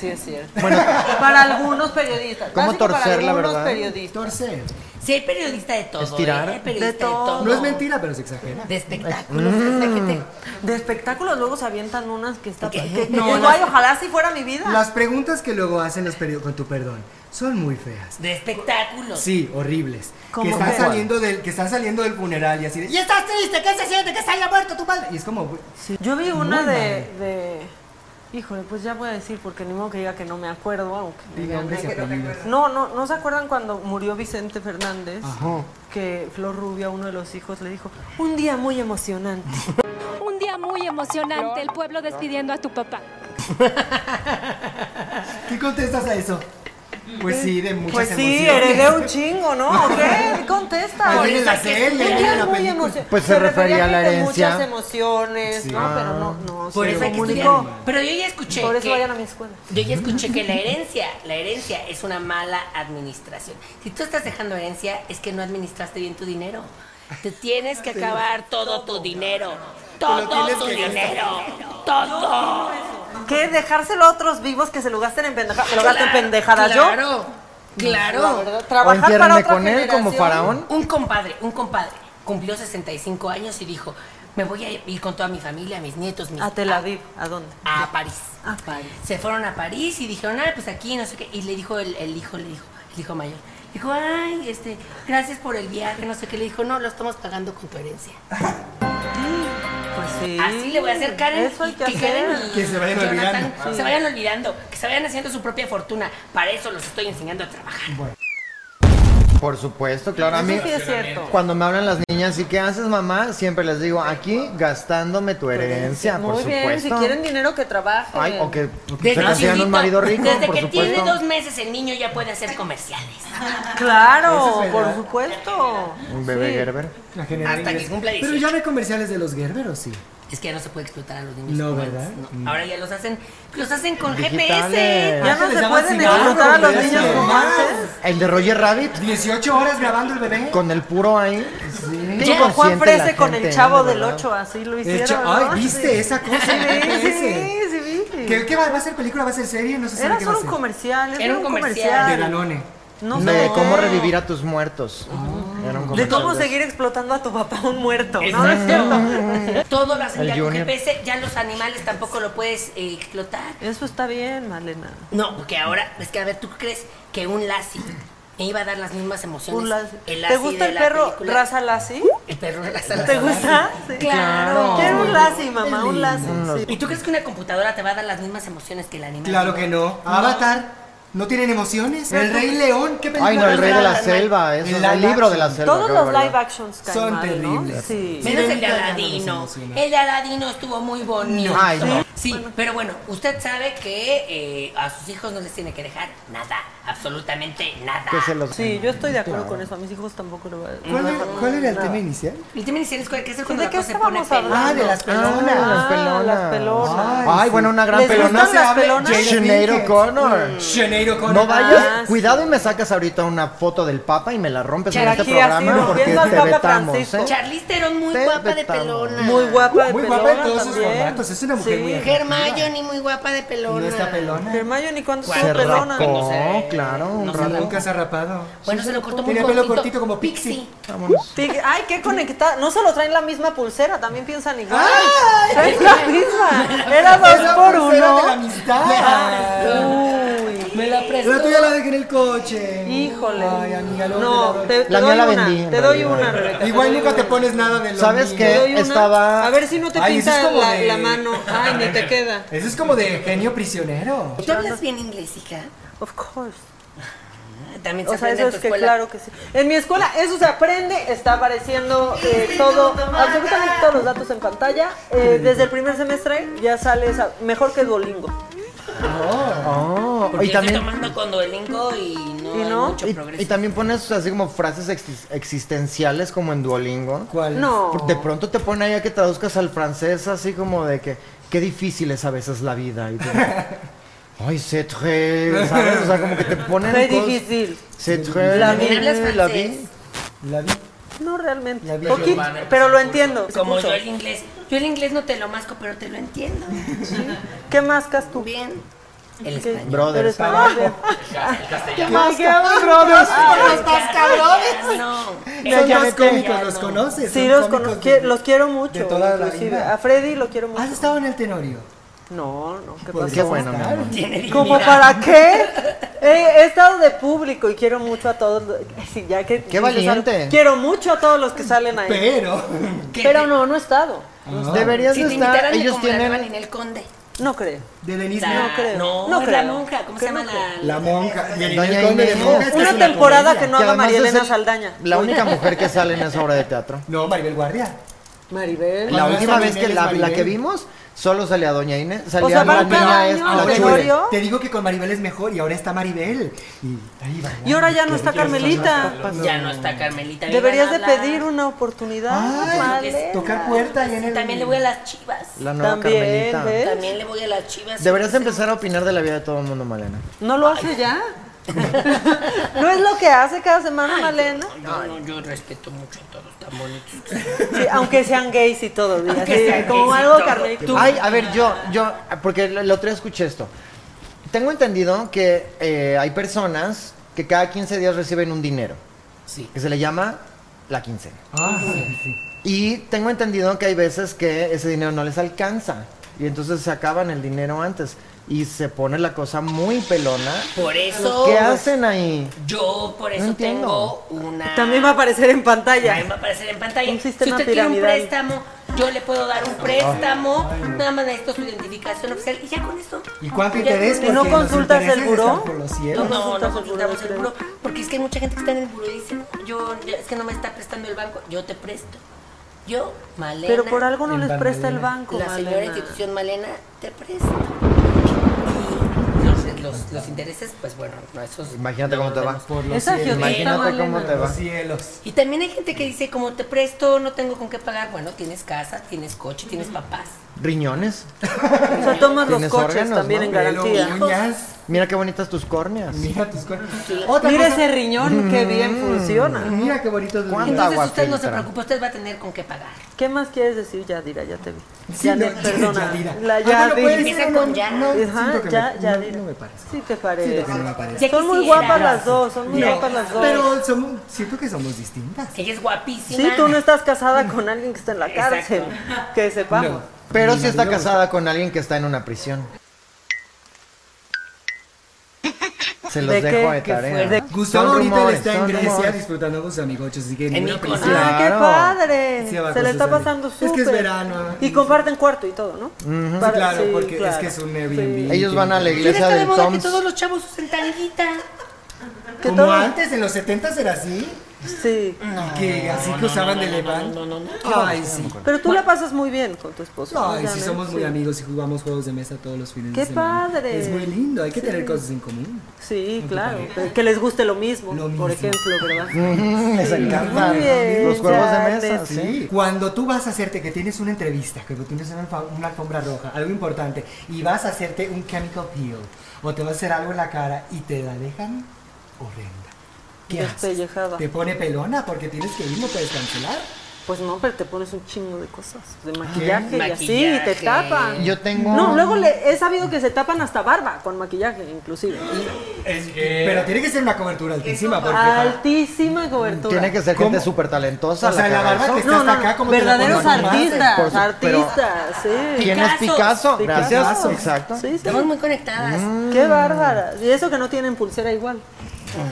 Sí, es cierto. Para algunos periodistas.
¿Cómo
Básico
torcer la
para algunos
verdad?
periodistas.
Torcer.
Sí, hay periodista de todo.
Estirar.
¿eh? Hay periodista
De
de todo.
todo.
No es mentira, pero se exagera.
De espectáculos. imagínate.
De espectáculos luego se avientan unas que está...
¿Qué?
que- que
No,
digo,
las-
"Ay, ojalá si fuera mi vida.
Las preguntas que luego hacen los periódicos, con tu perdón, son muy feas.
De espectáculos.
Sí, horribles.
¿Cómo
Que están,
qué?
saliendo del, que están saliendo del funeral y así de, ¡Y estás triste! ¿Qué se siente? ¡Que se haya muerto tu padre! Y es como, güey,
Yo vi una
Muy
de,
mal.
de- Híjole, pues ya voy a decir, porque ni modo que diga que no me acuerdo. aunque me
diga
digan,
hombres y
"Ay, que no te
apellidos".
acuerdas". No, no, ¿no se acuerdan cuando murió Vicente Fernández?
Ajá.
Que Flor Rubia, uno de los hijos, le dijo, un día muy emocionante.
Un día muy emocionante, el pueblo despidiendo a tu papá.
¿Qué contestas a eso? Pues sí, de muchas
Pues sí,
emociones.
heredé un chingo, ¿no? ¿O qué? Contesta.
Ahí viene la
Es que-
serie,
un
ahí
día
viene la
muy
película.
emocio-
Pues se refería a la
que Muchas
herencia.
emociones, ¿no? Pero no, no.
Por
se
eso hay que
comunicó.
estudiar. Pero yo ya escuché.
Por eso
que-
vayan a mi escuela.
Yo ya escuché que la herencia, la herencia es una mala administración. Si tú estás dejando herencia, es que no administraste bien tu dinero. Te tienes que acabar todo tu dinero.
lo
Todo
tienes
tu
que gastar.
dinero. Todo.
¿Qué? Dejárselo a otros vivos que se lo gasten en pendejadas. Que lo gasten en pendejadas yo.
Claro,
La
claro.
verdad,
O
trabajar para
entiérrenme
otra
con él como
generación.
faraón.
Un compadre, un compadre cumplió 65 años y dijo, me voy a ir con toda mi familia, mis nietos, mis
A Tel Aviv, ¿a dónde?
a París.
A París.
Se fueron a París y dijeron, ah, pues aquí, no sé qué. Y le dijo el, el hijo, le dijo, el hijo mayor. Dijo, ay, este, gracias por el viaje, no sé qué. Le dijo, no, lo estamos pagando con tu herencia.
Ah, Pues sí.
Así le voy a hacer Karen.
Eso hay
y
que,
Karen
hacer.
y
Que se vayan olvidando.
Que se vayan olvidando, que se vayan haciendo su propia fortuna. Para eso los estoy enseñando a trabajar.
Por supuesto, claro. A mí,
Eso sí es cierto.
cuando me hablan las niñas, ¿y qué haces, mamá? Siempre les digo, aquí gastándome tu herencia, por
Pues, Muy bien, si
supuesto.
quieren eh, dinero que trabajen.
Ay, o que se
Desde
consigan
chiquito,
un marido rico,
desde
por
que tiene
supuesto.
dos meses el niño ya puede hacer comerciales.
Claro,
Eso es
por
verdad.
supuesto.
Un bebé
Sí.
Gerber.
A generar
Hasta que
ingresos.
cumpla
Pero
18.
ya no hay comerciales de los Gerber, ¿o sí?
Es que ya no se puede explotar a los niños.
No,
como antes,
¿verdad? Mm.
no. Ahora ya los hacen, los hacen con
Digitales.
GPS.
Ya
se
no
les
se
llama
pueden
cigarro,
explotar a los
porque
niños
es
como
normal.
antes.
El de Roger Rabbit,
18 horas grabando el bebé.
con el puro ahí. Qué
Ya,
inconsciente
Juan Frese
la
con
gente,
el chavo
¿eh? De
del
verdad.
8, así lo
El
hicieron.
cha-
¿no?
Ay, ¿viste
Sí.
esa cosa?
Sí, sí,
Ese.
sí, sí, vi.
¿Qué, qué va, va a ser película? ¿Va a ser serie? No se sabe
Era
qué va a
solo un
ser.
comercial,
Era
era
un
un
comercial.
De
comercial.
Danone.
No
de
sé. Ah.
cómo revivir a tus muertos. Era un
De
comercial
cómo
eso.
seguir explotando a tu papá un muerto. No, no es cierto.
Exacto. Todo lo hacen
El
ya con
Junior.
GPS. Ya los animales tampoco lo puedes eh, explotar.
Eso está bien, Malena.
No, porque ahora, es que a ver, ¿tú crees que un Lassie me iba a dar las mismas emociones?
Un Lassie.
El
¿Te
Lassie
gusta
de
el
la
perro
película.
raza Lassie?
El perro de la sala.
¿Te gusta? Sí.
Claro.
Quiero un Lassie, mamá, un
lindo.
Lassie. sí.
¿Y tú crees que una computadora te va a dar las mismas emociones que el animal?
Claro que no. Avatar. ¿No tienen emociones?
No,
el
tú-
Rey León, ¿qué película?
Ay, no, el
es
rey de la
Live-
selva, eso
el
es el
live
libro de
action.
la selva.
Todos
qué
los
barbaridad.
live actions caen
Son
mal, ¿no?
terribles.
Sí.
Menos el de
Sirenita ya no nos
Aladino.
emociona.
El de Aladino estuvo muy bonito.
Ay, no.
Sí, pero bueno, usted sabe que eh, a sus hijos no les tiene que dejar nada, absolutamente nada.
Que se los-
Sí, yo estoy de acuerdo con eso. A mis hijos tampoco lo voy a
¿Cuál, era, cuál era el tema inicial?
El tema inicial es cuál- que es el
¿De
cuando la
qué
cosa se pone
estábamos hablando?
peluda.
Ah, de las pelonas.
Ah, las
Ah,
pelonas. Ah.
las pelonas.
Ay, bueno, una
Ah,
gran
¿Les gustan
pelona.
las pelonas?
Sinead O'Connor.
Mm.
Mm.
Sinead O'Connor.
No vayas,
Ah, sí.
cuidado y me sacas ahorita una foto del Papa y me la rompes en
Charlie,
este
así,
programa porque
rompiendo al
te
Papa
vetamos.
Francisco.
¿eh?
Charlize Theron muy
Te
guapa de
vetamos.
pelona.
Muy guapa de
Muy
pelona
guapa en todos sus
también.
formatos, es una mujer
Sí.
muy atractiva.
Hermione muy guapa de pelona.
¿No está pelona?
Hermione, ¿cuándo
Se
estuvo pelona?
rapó,
eh.
sé,
claro, un
no sé,
rato.
Nunca se ha rapado.
Bueno, se lo cortó muy
Tiene
cortito.
pelo cortito como Pixie.
Vámonos.
Sí, Ay, qué conectada. No se lo traen la misma pulsera, también piensan igual.
Ah,
Traen la misma. Era
Es
dos
la
por
pulsera de la
uno.
amistad.
Uy,
Me la prestó.
La tuya la dejé en el coche.
híjole.
Ay, amiga, luego
no,
te la
te,
doy.
te
La mía
doy
la
una.
vendí, en
te doy
realidad.
una, Rebeca.
Igual
doy
nunca te
una.
pones nada de lo
¿Sabes
mío.
qué?
Te doy una.
Estaba-
A ver si no te
Ay, eso es
pinta
como
la,
de-
la mano. Ay, ni te queda.
Eso es como de genio prisionero.
¿Tú hablas bien inglés, hija? Ah,
Of course.
También se
O sea,
aprende
eso
en
es
tu
que
escuela.
claro que sí. En mi escuela eso se aprende, está apareciendo eh, todo, absolutamente todos los datos en pantalla. Eh, desde el primer semestre ya sale esa- mejor que Duolingo.
Oh,
Porque
y
yo estoy
también
tomando con Duolingo y no,
¿Y
hay
no?
mucho progreso.
y, y también pones así como frases exis- existenciales como en Duolingo.
¿Cuál?
No.
De pronto te pone ahí a que traduzcas al francés así como de que qué difícil es a veces la vida. Y tú, Ay, c'est très, ¿sabes? O sea, como que te ponen
Qué
cosas-
difícil.
C'est très,
La
vida.
la vida.
La vi.
No realmente.
Ya vi.
Poquito,
Pero-
pero
Pues,
lo entiendo.
Como
Mucho.
yo el inglés. Yo el inglés no te lo masco, pero te lo entiendo.
¿Qué mascas tú?
Bien. El
¿Qué?
español.
Brothers.
Eres más bien.
¿Qué
Ay, qué brothers.
¡Estás cabrones! No.
Ya,
Son
ya
dos
vete.
cómicos,
Ya
los
no.
conoces.
Sí,
son
los,
cómicos
conozco,
de-
los quiero mucho.
De toda la
inclusive.
vida.
A Freddy lo quiero mucho.
¿Has estado en el Tenorio?
No, no, ¿qué pasó?
Podrías
Qué bueno, mi
estar.
amor.
Tiene
¿Como
dignidad.
para qué? He, he estado de público y quiero mucho a todos. los- Sí, ya que
Qué valiente.
Quiero mucho a todos los que salen ahí.
Pero. ah,
¿Qué
Pero
te-
no, no he estado.
Pues Deberías
Si
de
te invitaran,
estar,
me
ellos
compraban
tienen
en el conde.
No creo.
De Denise
La-
Miller.
creo.
No,
No
es la
creo.
monja. ¿Cómo
¿Qué
se llama
no
la...?
La monja. Y el
Doña
conde de
Inés.
monjas, que
Una
es
temporada
comedia.
que no haga
además
María
es
Elena
el-
Saldaña.
La única mujer que sale en esa obra de teatro.
No, Maribel Guardia.
Maribel.
La
Cuando
última
hacen
vez que
Inés
la, la
Maribel.
que vimos, solo salía Doña Inés, salía la
sea, van cada
niña
Pues año
esta,
al
la
Ahora,
chula.
velorio.
Te digo que con Maribel es mejor y ahora está Maribel. Y ahí va.
Y ahora ya no está Carmelita.
Ya no está Carmelita. me
Deberías de
iban a hablar.
pedir una oportunidad.
Ay,
Vale.
tocar puerta y en el.
También le voy a las chivas.
La nueva
También,
Carmelita.
¿ves?
También le voy a las chivas.
Deberías de empezar a opinar de la vida de todo el mundo, Malena.
¿No lo hace ya? ¿No es lo que hace cada semana Malena?
No, no, yo respeto mucho a todos tan bonitos. que son.
Sí, aunque sean gays y todo. y así,
sean
como
gays y
algo
todo.
Carmelita.
Tú-
Ay, a ver, yo, yo, porque el el otro día escuché esto. Tengo entendido que eh, hay personas que cada 15 días reciben un dinero,
Sí.
que se le llama la quincena.
Ah, sí.
Y tengo entendido que hay veces que ese dinero no les alcanza. Y entonces se acaban el dinero antes. Y se pone la cosa muy pelona.
Por eso.
¿Qué hacen ahí?
Yo por eso
entiendo.
tengo una.
También va a aparecer en pantalla.
También va a aparecer en pantalla.
Un
si usted
sistema
tiene un
piramidal.
préstamo, yo le puedo dar un préstamo. Nada más necesito su identificación oficial. Y ya con eso.
¿Y cuánto
Ya
interés?
con
Porque
eso.
no
los
consultas el
intereses
buró?
están por los
No,
cielos.
no, no
consultas
consultamos el
el
buró.
buró,
Porque es que hay mucha gente que está en el buró y dice: Yo, yo- es que no me está prestando el banco. Yo te presto. Yo, Malena.
Pero por algo no
En
les
Banco
presta el
Malena.
banco,
La señora
Malena.
institución Malena te presta. Y los, los- los intereses, pues bueno, no, esos.
Imagínate cómo te va.
Por los
Esa
cielos.
agiotista,
Imagina-
Imagínate
Malena.
cómo te
Por
va.
los cielos.
Y también hay gente que dice, como te presto, no tengo con qué pagar. Bueno, tienes casa, tienes coche, tienes papás.
Riñones.
O sea, tomas los
Tienes
coches
órganos,
también
¿no?
en
Pelo,
garantía.
uñas.
Mira qué bonitas tus córneas.
Mira tus cuernos.
Mira ese riñón, qué bien
Mm.
funciona.
Mira qué bonito.
¿Cuánta
Entonces
agua
usted no se
filtra?
preocupe, usted va a tener con qué pagar.
¿Qué más quieres decir, Yadira? Ya te vi.
Sí,
Ya
no,
perdona.
Yadira.
La
Ah, bueno, puedes
Yadira.
Empieza
decir, no,
con ya.
no,
Ajá,
siento que
ya,
me- no-
Yadira.
No me parece.
Sí te
Siento que no
parece.
me parece.
Ya
Son muy
quisiera.
guapas las dos, son muy
No.
guapas las dos.
Pero somos- siento que somos distintas.
Ella es guapísima.
Sí, tú no estás casada con alguien que está en la
Exacto.
cárcel, que sepamos.
Pero si está casada con alguien que está en una prisión. Se los
¿De qué?
dejo de
Qué
tarea.
fuerte.
Gustavo
Son
ahorita él
rumores,
está en
son
Grecia
rumores.
disfrutando con sus amigos, así que
En
ninguna
Mykonos.
presión.
¡Ah, qué
Claro.
padre!
Sí, va
se
con
le
sus
está
amigos.
pasando
Es que
súper.
es verano.
Y comparten cuarto y todo, ¿no?
Sí,
Para-
claro,
sí,
porque es
claro.
que es un Airbnb. que-
Ellos van a la
¿Quién
iglesia
está de
del
moda que
Toms.
todos los chavos usen tanguita?
Que
Como
todo-
antes, en los 70 era así,
Sí.
que así que usaban de levante. Ay, sí.
Pero tú la pasas muy bien con tu esposo. ¿no,
No, y sí
Janet?
somos muy
Sí.
amigos y jugamos juegos de mesa todos los fines
¡Qué
de semana.
padre!
Es muy lindo, hay que tener
Sí.
cosas en común.
Sí,
tu
claro.
pareja.
que- Que les guste lo mismo,
Lo mismo.
por ejemplo, ¿verdad?
Mm, les encantan
Muy bien,
los juegos de
Janet,
mesa,
sí.
sí.
Cuando tú vas a hacerte, que tienes una entrevista, que tienes una, alfa- una alfombra roja, algo importante, y vas a hacerte un chemical peel, o te vas a hacer algo en la cara y te la dejan horrenda. ¿Qué haces?
Despellejada.
Te pone pelona porque tienes que ir, no puedes cancelar.
Pues no, pero te pones un chingo de cosas,
Ah,
de maquillaje y así, y
Maquillaje.
te tapan.
Yo tengo.
No, luego le, he sabido que se tapan hasta barba con maquillaje, inclusive.
Pero tiene que ser una cobertura altísima porque...
Altísima cobertura.
Tiene que ser
¿Cómo?
gente súper talentosa.
O sea, la
cabeza.
barba que está
No,
hasta
no,
acá como te la
verdaderos
ponen más,
artistas,
por su- pero-
artistas, sí.
¿Quién es Picasso?
Picasso?
Gracias.
Picasso.
Exacto.
Sí, sí.
Estamos muy conectadas.
Qué bárbara. Y eso que no tienen pulsera igual,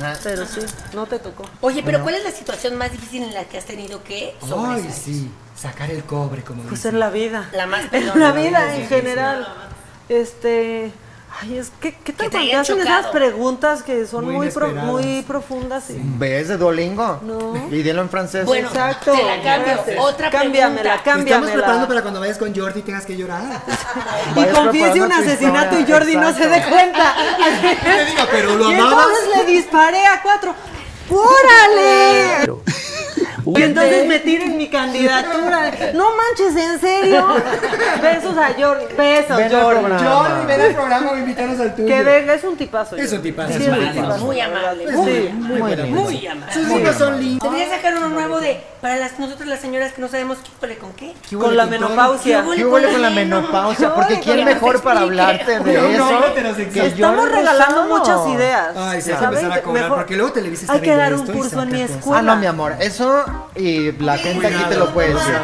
Ajá.
pero sí, no te tocó.
Oye, pero ¿cuál es la situación más difícil en la que has tenido que
Ay,
sobresalir?
sí, sacar el cobre, como
Pues
dicen.
en la vida.
La más
En
pelona,
la
la
vida
más
en
difícil.
general. Este. Ay, es que, ¿qué tal
te
cuando te
hayan
hacen
chocado.
esas preguntas que son
Muy
muy, pro-
inesperadas.
muy profundas? y-
¿Ves de Duolingo?
No.
Y dilo en francés.
Bueno,
Exacto.
te la cambio.
Gracias.
Otra
Cámbiamela,
pregunta.
Estamos preparando
cámbiamela.
para cuando vayas con Jordi y tengas que llorar.
Y
Vayas
confiese
preparando
un
tu
asesinato y
historia,
Jordi no se
exacto.
dé cuenta.
Te digo, pero lo
y
amabas.
entonces le disparé a cuatro. ¡Órale! Y entonces me tiran mi candidatura. No manches, en serio. Besos a Jordi. Besos,
Ven al
Jordi.
programa.
Jordi, ven al programa, o invítanos al tuyo.
Que venga, es un tipazo.
Es un tipazo,
Sí,
es
es un
un
tipazo.
Muy amable.
Sí.
muy, muy
Muy
buena
lindo.
persona.
Muy amable.
Sus hijos son lindos.
Debería sacar uno nuevo de para las nosotras las señoras que no sabemos qué huele con qué.
¿Qué huele
Con la
con todo?
menopausia.
¿Qué
¿Qué huele con la
Bueno,
menopausia?
no,
Porque
no,
¿quién
no,
mejor
no,
para
no,
hablarte
no,
de
no,
eso?
no, heterosexual.
que Jordi
Estamos regalando
Lozano?
muchas ideas.
Ay, se van a
¿saben?
empezar a cobrar, porque luego Televisa está
Hay que
viendo
dar un
esto y
curso en
saca
mi
cosas.
escuela.
Ah, no, mi amor. Eso y la gente aquí te lo puede decir.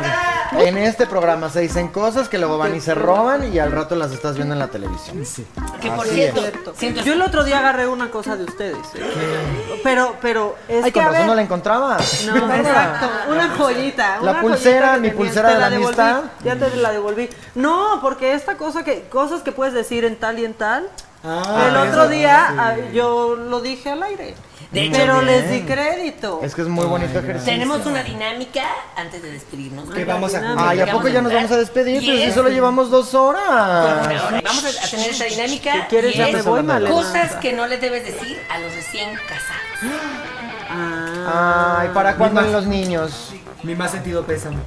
En este programa se dicen cosas que luego van y se roban y al rato las estás viendo en la televisión.
Sí.
Que por
Así
cierto,
Cierto.
siento-
Yo el otro día agarré una cosa de ustedes. ¿eh? Pero, pero, es
Ay,
que
con
a ver.
razón no la encontrabas.
No, exacto. Una joyita.
La
una
pulsera,
joyita que
mi
tenía,
pulsera
te
de la
devolví,
amistad.
Ya te la devolví. No, porque esta cosa que, cosas que puedes decir en tal y en tal.
Ah,
el
eso,
otro día
sí.
ah, yo lo dije al aire.
De hecho,
pero
bien.
les di crédito.
Es que es muy bonito ejercicio.
tenemos una dinámica antes de despedirnos.
Que vamos a jugar.
Ay, ¿a poco ya nos vamos a despedir?
Y
Pero si
es-
solo llevamos dos horas.
Ahora, Vamos a a tener esta dinámica.
Si quieres,
y
ya
es
me voy, Malena.
Cosas que no le debes decir a los recién casados.
Ay, ¿para cuándo
Mi ma-
los niños?
Mi más sentido pésame.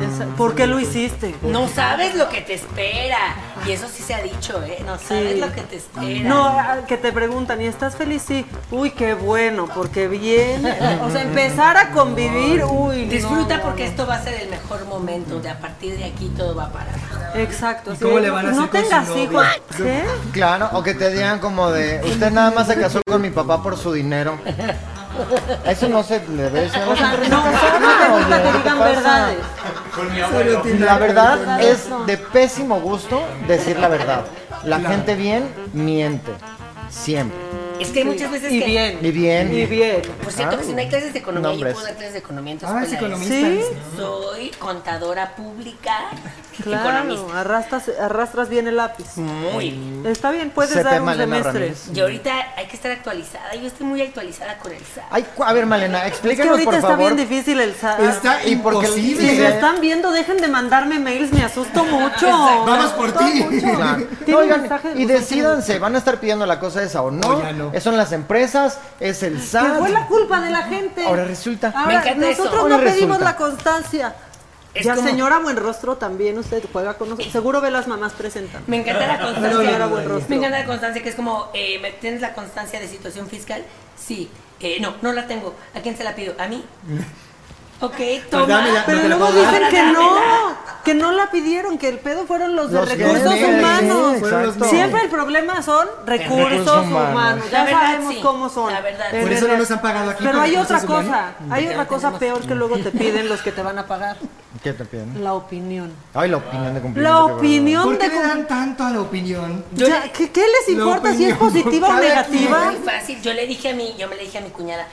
Esa-
mm,
¿Por qué lo hiciste?
No sabes lo que te espera. Y eso sí se ha dicho, ¿eh? No sabes
Sí.
lo que te espera.
No, ah, que te preguntan, ¿y estás feliz? Sí. Uy, qué bueno, porque viene. O sea, empezar a convivir, uy. no,
Disfruta
no,
porque
no.
esto va a ser el mejor momento. De a partir de aquí todo va para abajo.
Exacto.
¿Y
así
cómo
de,
le van a
No
hacer con su
tengas
novio?
hijos.
Yo-
¿Qué?
Claro, o que te digan como de, usted nada más se casó con mi papá por su dinero. Eso no se le debe decir a la
O sea,
gente recién
no, no
casada,
te
oye,
gusta
¿qué
que digan
pasa?
verdades.
La verdad es de pésimo gusto decir la verdad. La gente bien miente. Siempre.
Es que hay muchas veces
Y
que...
bien.
Y bien.
Y bien.
Por cierto, que si no hay clases de economía,
Nombres.
yo puedo dar clases de economía en tu
Ah, es
escuela, ¿eh?
economista.
¿Sí?
Soy contadora pública,
Claro,
economista.
arrastras, arrastras bien el lápiz.
Muy.
Está bien, puedes
Se te
dar un
Malena
semestre.
Ramírez.
Y ahorita hay que estar actualizada. Yo estoy muy actualizada con el SAT.
Ay, cu- a ver, Malena,
Es que
explícanos
ahorita
por
está bien
favor.
difícil el SAT.
Está
Y porque-
imposible.
Si me
difícil.
están viendo, dejen de mandarme mails, me asusto mucho.
Vamos por ti.
Claro.
Tiene
Oigan,
mensaje de
y
los
decidanse, van a estar pidiendo la cosa esa o no.
O Oh, ya no.
Son las empresas, es el
Que
SAT.
fue la culpa de la gente.
Ahora resulta.
Ahora,
Me encanta eso.
nosotros
Ahora
no pedimos
resulta.
la constancia.
Es
ya,
como-
señora Buenrostro, también usted juega con nosotros. Seguro ve las mamás presentan.
Me encanta la
No, no, no, no,
constancia.
no, no, no.
Me encanta la constancia, que es como, eh, ¿me- ¿tienes la constancia de situación fiscal? Sí. Eh, no, no la tengo. ¿A quién se la pido? ¿A mí? Ok, toma. Pues
dámela, no
Pero
te la
luego
puedo dar.
dicen que no. que no la pidieron, que el pedo fueron los,
Los
de
que-
recursos
sí,
humanos.
sí, exacto.
Siempre el problema son recursos,
Recursos
humanos.
humanos.
Ya
La verdad,
sabemos
sí.
cómo son.
La verdad. Mm.
Es
Por eso no nos han pagado aquí
Pero
por
hay otra
recursos
cosa,
humanos.
hay otra cosa peor que luego te piden los que te van a pagar,
¿Qué te piden?
la opinión.
Ay, la opinión de cumpleaños.
La
qué bárbaro.
opinión
¿Por
de
qué le
cum-
dan tanto a la opinión?
Ya, ¿qué, qué les
La
importa si es
opinión,
positiva o
cada quien.
negativa?
Muy fácil. Yo le dije a mi, yo me le dije a mi cuñada.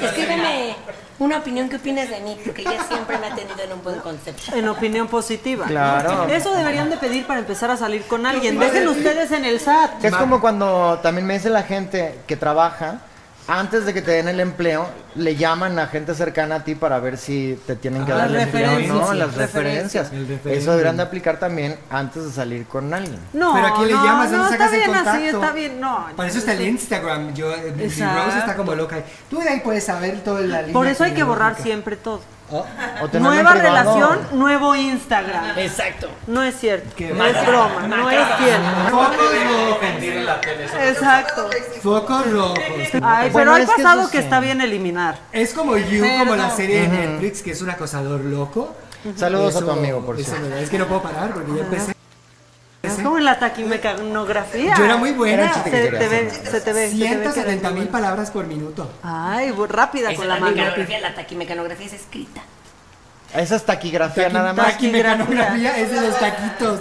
Escríbeme una opinión que opinas de mí, porque ella siempre me ha tenido en un buen concepto.
En opinión positiva.
Claro.
Eso deberían de pedir para empezar a salir con alguien. Dejen ustedes en el SAT.
Que es como cuando también me dice la gente que trabaja, antes de que te den el empleo, le llaman a gente cercana a ti para ver si te tienen que
Ah,
dar el
las
empleo o no,
referencias,
las
referencias.
referencias.
El referéndum.
Eso deberían de aplicar también antes de salir con alguien.
No,
Pero aquí le
no,
llamas,
no,
no
está
sacas el
bien
contacto.
así, está bien, no.
Para eso está el Instagram. Yo, eh, mi
Exacto.
browser está como loca. Tú de ahí puedes saber toda la línea.
Por eso hay que borrar
cronológica.
siempre todo.
Oh,
O tenerlo en
Nueva
privado.
relación, nuevo Instagram.
Exacto.
No es cierto.
Qué
no
bárbaro.
es broma, no es cierto.
Foco rojo.
Exacto.
Foco rojo.
Bueno,
Ay, pero hay
es que eso
pasado que,
sí.
está bien eliminar.
Es como You,
Pero
como la
no.
serie de Netflix, que es un acosador loco.
Saludos a
Eso-
tu amigo, por
eso
cierto.
me da- Es que no puedo parar porque ya empecé.
Es como en la taquimecanografía.
Yo era muy
Era el
buena.
chiste
Se
que
te
quería
ve,
hacer.
se te ve. se te ve que eres
170
muy
mil
buena.
palabras por minuto.
Ay, bu- rápida
Esa
con
es
la
la
mano.
mecanografía, la taquimecanografía es escrita.
Esa es taquigrafía
Taqui-
nada más.
taquimecanografía es de los taquitos.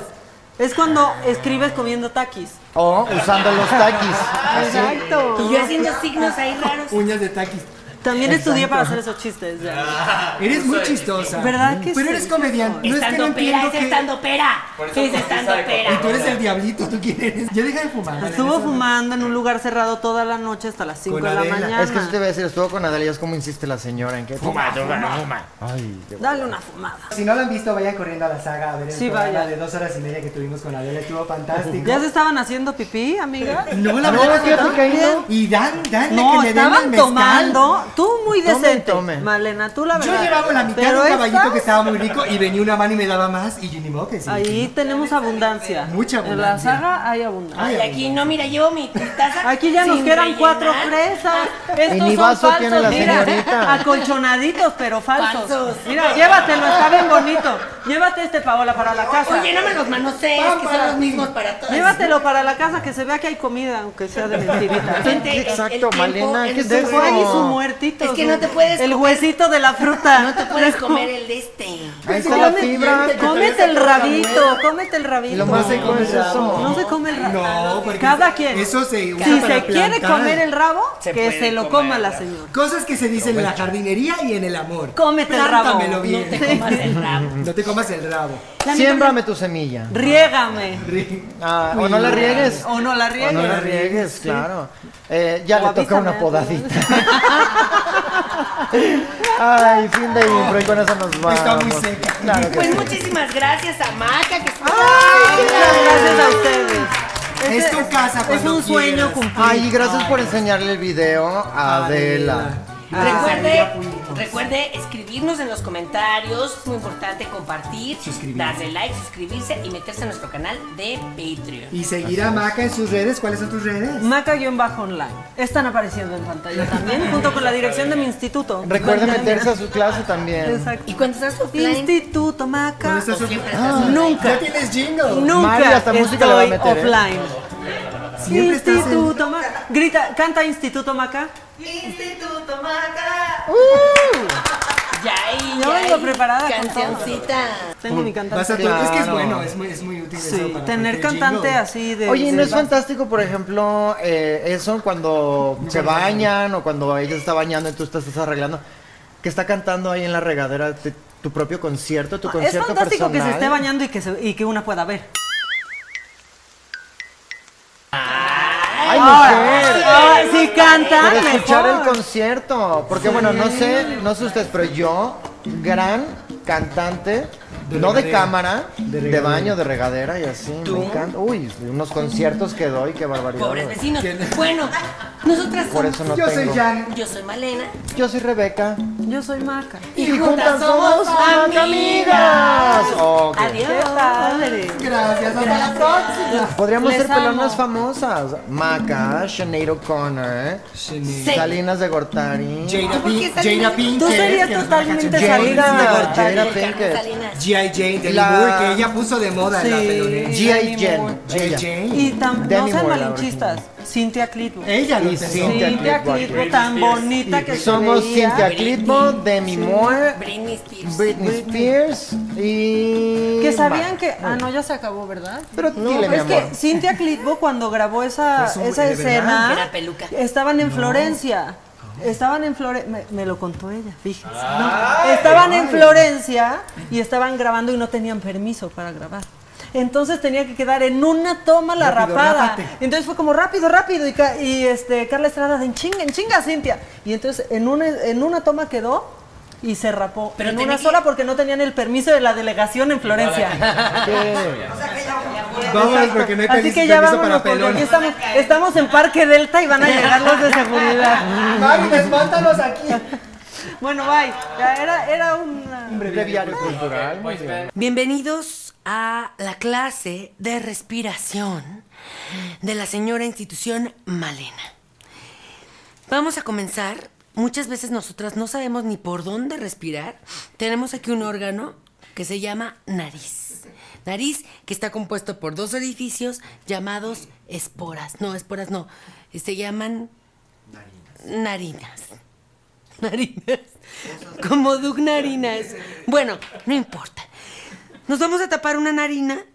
Es cuando escribes comiendo taquis.
O usando los taquis.
Ah,
Así.
Y yo haciendo signos ahí raros.
Uñas de taquis.
También estudié para hacer esos chistes. ya.
Eres muy chistosa.
¿Verdad que
Pero
sí?
eres comediante. No es que no
Estando pera,
entiendo
es
que...
estando pera. Es estando
Y tú
pera.
eres el diablito, ¿tú quién eres? Yo dejé de fumar.
Estuvo fumando en un lugar cerrado toda la noche hasta las 5
Con
de la
Adela.
mañana.
Es que eso te voy a decir, estuvo con Adela y es como insiste la señora en que fuma, fuma, fuma. Ay, qué-
Dale una fumada.
Si no lo han visto, vayan corriendo a la saga a ver el
Sí,
programa
vaya.
de dos horas y media que tuvimos con Adela. Estuvo fantástico.
¿Ya se estaban haciendo pipí, amiga?
No, la
No,
verdad
fíjate
no.
que ahí no.
Y dan, dan
No,
que le den el
estaban
mezcal.
tomando. Tú muy
Tomen,
decente.
tomen.
Malena, tú la
Yo
verdad.
llevaba la mitad de
Pero
un caballito
esta,
que estaba muy rico y venía una mano y me daba más y yo ni modo que sí.
Ahí tenemos abundancia.
Mucha
En la
abundancia.
saga hay abundancia.
Y aquí no, mira, llevo mi taza.
Aquí ya nos
sin
quedan cuatro
rellenar.
fresas. Estos
Y ni
son
vaso
falsos,
tiene la
mira,
señorita.
acolchonaditos, pero falsos.
Falsos.
Mira, llévatelo, está bien bonito. Llévate este, Paola, para la casa.
Oye, no me los manosees, que son los mismos para todos.
Llévatelo para la casa, que se vea que hay comida, aunque sea de mentirita.
Gente,
Sí,
el-
exacto,
el tiempo,
Malena,
el
¿qué es
tiempo.
eso?
Fue ahí su
No.
muertito.
Es que
su-
no te puedes
El
comer-
huesito de la fruta.
No te puedes comer el de este.
Ahí está la fibra.
Cómete el rabito, cómete el rabito.
Lo más rico es eso.
No se come el rabo.
No, porque
Cada quien.
Eso se usa
si
para
se quiere
plantar.
comer el rabo, que se lo coma la señora.
Cosas que se dicen en la jardinería y en el amor.
Cómete el rabo.
Plántamelo
No
bien.
te comas el rabo.
No te comas el rabo.
Siémbrame tu semilla.
Riégame.
Ah, o no la riegues.
O no la
O
riegues.
no la riegues, claro. Eh, ya
O
le toca
avísame
una podadita.
antes.
Ay, fin de impro y con eso nos vamos.
Está muy seca.
Claro que
Pues
sí.
muchísimas gracias a Maca, que estuvo
Muchas gracias a ustedes.
Es
Ese-
tu casa
Es
cuando
un sueño
quieras.
cumplido.
Ay, y gracias por enseñarle el video a Adela.
Ah,
Recuerde, recuerde escribirnos en los comentarios, es muy importante compartir,
Suscribirse.
darle like, suscribirse y meterse a nuestro canal de Patreon.
Y seguir a Maca en sus redes. ¿Cuáles son tus redes?
Maca-online. Están apareciendo en pantalla también, junto con la dirección de mi instituto.
Recuerde meterse a su clase también.
Exacto.
Y cuando estás offline,
Instituto Maca.
¿Dónde está su-
siempre
Ah,
estás
Nunca.
Ya tienes jingle.
Nunca
Mari, hasta
estoy
música le va a meter, ¿eh?
offline.
Siempre estás en-
Instituto Maca. Grita, canta Instituto Maca.
ya ahí,
Yo
ya
vengo
ahí,
preparada con todo.
cancioncita.
Tengo mi cantante.
Vas a tu- Es que es
Claro.
bueno, es muy, es muy útil eso
Sí,
para
tener
meter
cantante
jingle.
así de.
Oye, ¿y ¿no
de-
es fantástico, por ejemplo, eh, eso cuando se bañan o cuando ella se está bañando y tú te estás arreglando? Que está cantando ahí en la regadera te- tu propio concierto, tu
Ah, Es
concierto
fantástico que se
personal.
esté bañando y que, se- y que una pueda ver.
¡Ay, mujer!
Ahora, si cantan,
Pero escuchar el
mejor.
concierto. Porque bueno, no sé, no sé ustedes, pero yo, gran cantante,
De
no de
regadera.
cámara,
De
de,
regadera.
baño, de regadera y así, me encanta. Uy, unos conciertos que doy, qué barbaridad.
Pobres vecinos.
¿Quién?
Bueno, nosotras
Por
somos.
eso no
Yo
tengo.
soy Jan.
Yo soy Malena.
Yo soy Rebeca.
Yo soy Maca.
Y juntas somos amigas. Ok.
¡Qué padre!
Gracias, hasta la próxima.
Podríamos
Les
ser pelonas
amo.
famosas. Maca, Sinead O'Connor, Salinas de Gortari.
Jada, Pink, Jada Pinkett.
Tú serías
que nos
totalmente
va a cachar.
Salinas de
Jada,
Gortari.
Jada Pinkett.
G.I. Jane de
La-
Moore, que ella puso de moda la
Sí.
pelonera.
G.I. Jane.
G.I.
ella.
Jane.
Y tam- no
Demi
sean
Moore, la
malinchistas. Cintia Clitbo.
Ella lo
Y
empezó.
¿Eh? Cintia
Cintia
Clitbo.
Clitbo, tan bonita que se
Somos
veía.
Cynthia Clitbo, Demi Moore,
Britney Spears.
Britney Spears y.
Que sabían
Mac.
que. Ah, no, ya se acabó, ¿verdad?
Pero dile, mi
es
amor.
que Cintia Clitbo cuando grabó esa,
Fue su-
esa
de verdad.
escena,
Era peluca.
estaban en Florencia. Estaban en Florencia, me, me lo contó ella, fíjense. No, estaban en Florencia y estaban grabando y no tenían permiso para grabar. Entonces tenía que quedar en una toma la
Rápido,
rapada.
rápate.
Entonces fue como rápido, rápido. Y, ca- y, este, Carla Estrada de en chinga, en chinga, Cintia. Y entonces en una, en una toma quedó y se rapó.
Pero
en
tenía
una
que-
sola porque no tenían el permiso de la delegación en Florencia.
Vámonos porque no hay
Así
permiso,
que ya
permiso
vámonos
para
porque aquí
pelones.
estamos, estamos en Parque Delta y van a llegar los de seguridad.
Mari, espántanos aquí.
Bueno, bye. Ya era, era una...
Breviario cultural. muy bien.
Bienvenidos a la clase de respiración de la señora institución Malena. Vamos a comenzar. Muchas veces nosotras no sabemos ni por dónde respirar. Tenemos aquí un órgano que se llama nariz. Nariz que está compuesto por dos orificios llamados esporas. No, esporas no. Se llaman narinas. Narinas. Como dugnarinas. Bueno, no importa. Nos vamos a tapar una narina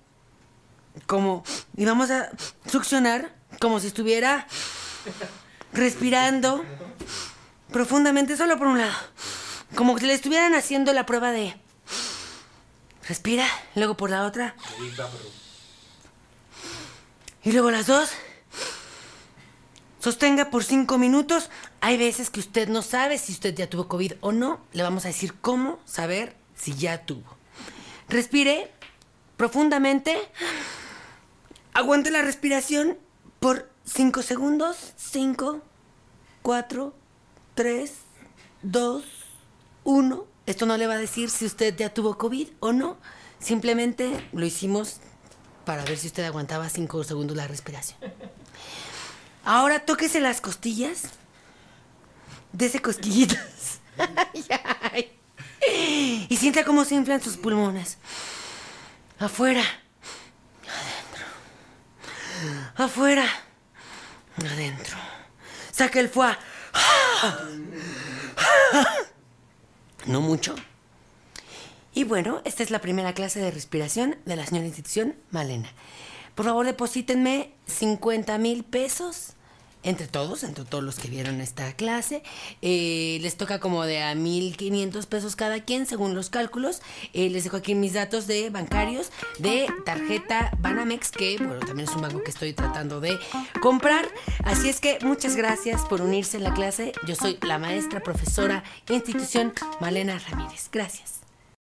como y vamos a succionar como si estuviera respirando profundamente solo por un lado. Como si le estuvieran haciendo la prueba de respira, luego por la otra. Y luego las dos. Sostenga por cinco minutos. Hay veces que usted no sabe si usted ya tuvo COVID o no. Le vamos a decir cómo saber si ya tuvo. Respire profundamente. Aguante la respiración por cinco segundos. Cinco, cuatro, tres, dos, uno. Esto no le va a decir si usted ya tuvo COVID o no. Simplemente lo hicimos para ver si usted aguantaba cinco segundos la respiración. Ahora tóquese las costillas. Dese cosquillitas. Ay, ay. Y sienta cómo se inflan sus pulmones. Afuera. Adentro. Afuera. Adentro. Saca el fuá. No mucho. Y bueno, esta es la primera clase de respiración de la señora institución Malena. Por favor, deposítenme 50 mil pesos entre todos, entre todos los que vieron esta clase. Eh, les toca como de a 1.500 pesos cada quien, según los cálculos. Eh, les dejo aquí mis datos de bancarios, de tarjeta Banamex, que bueno, también es un banco que estoy tratando de comprar. Así es que muchas gracias por unirse a la clase. Yo soy la maestra profesora institución Malena Ramírez. Gracias.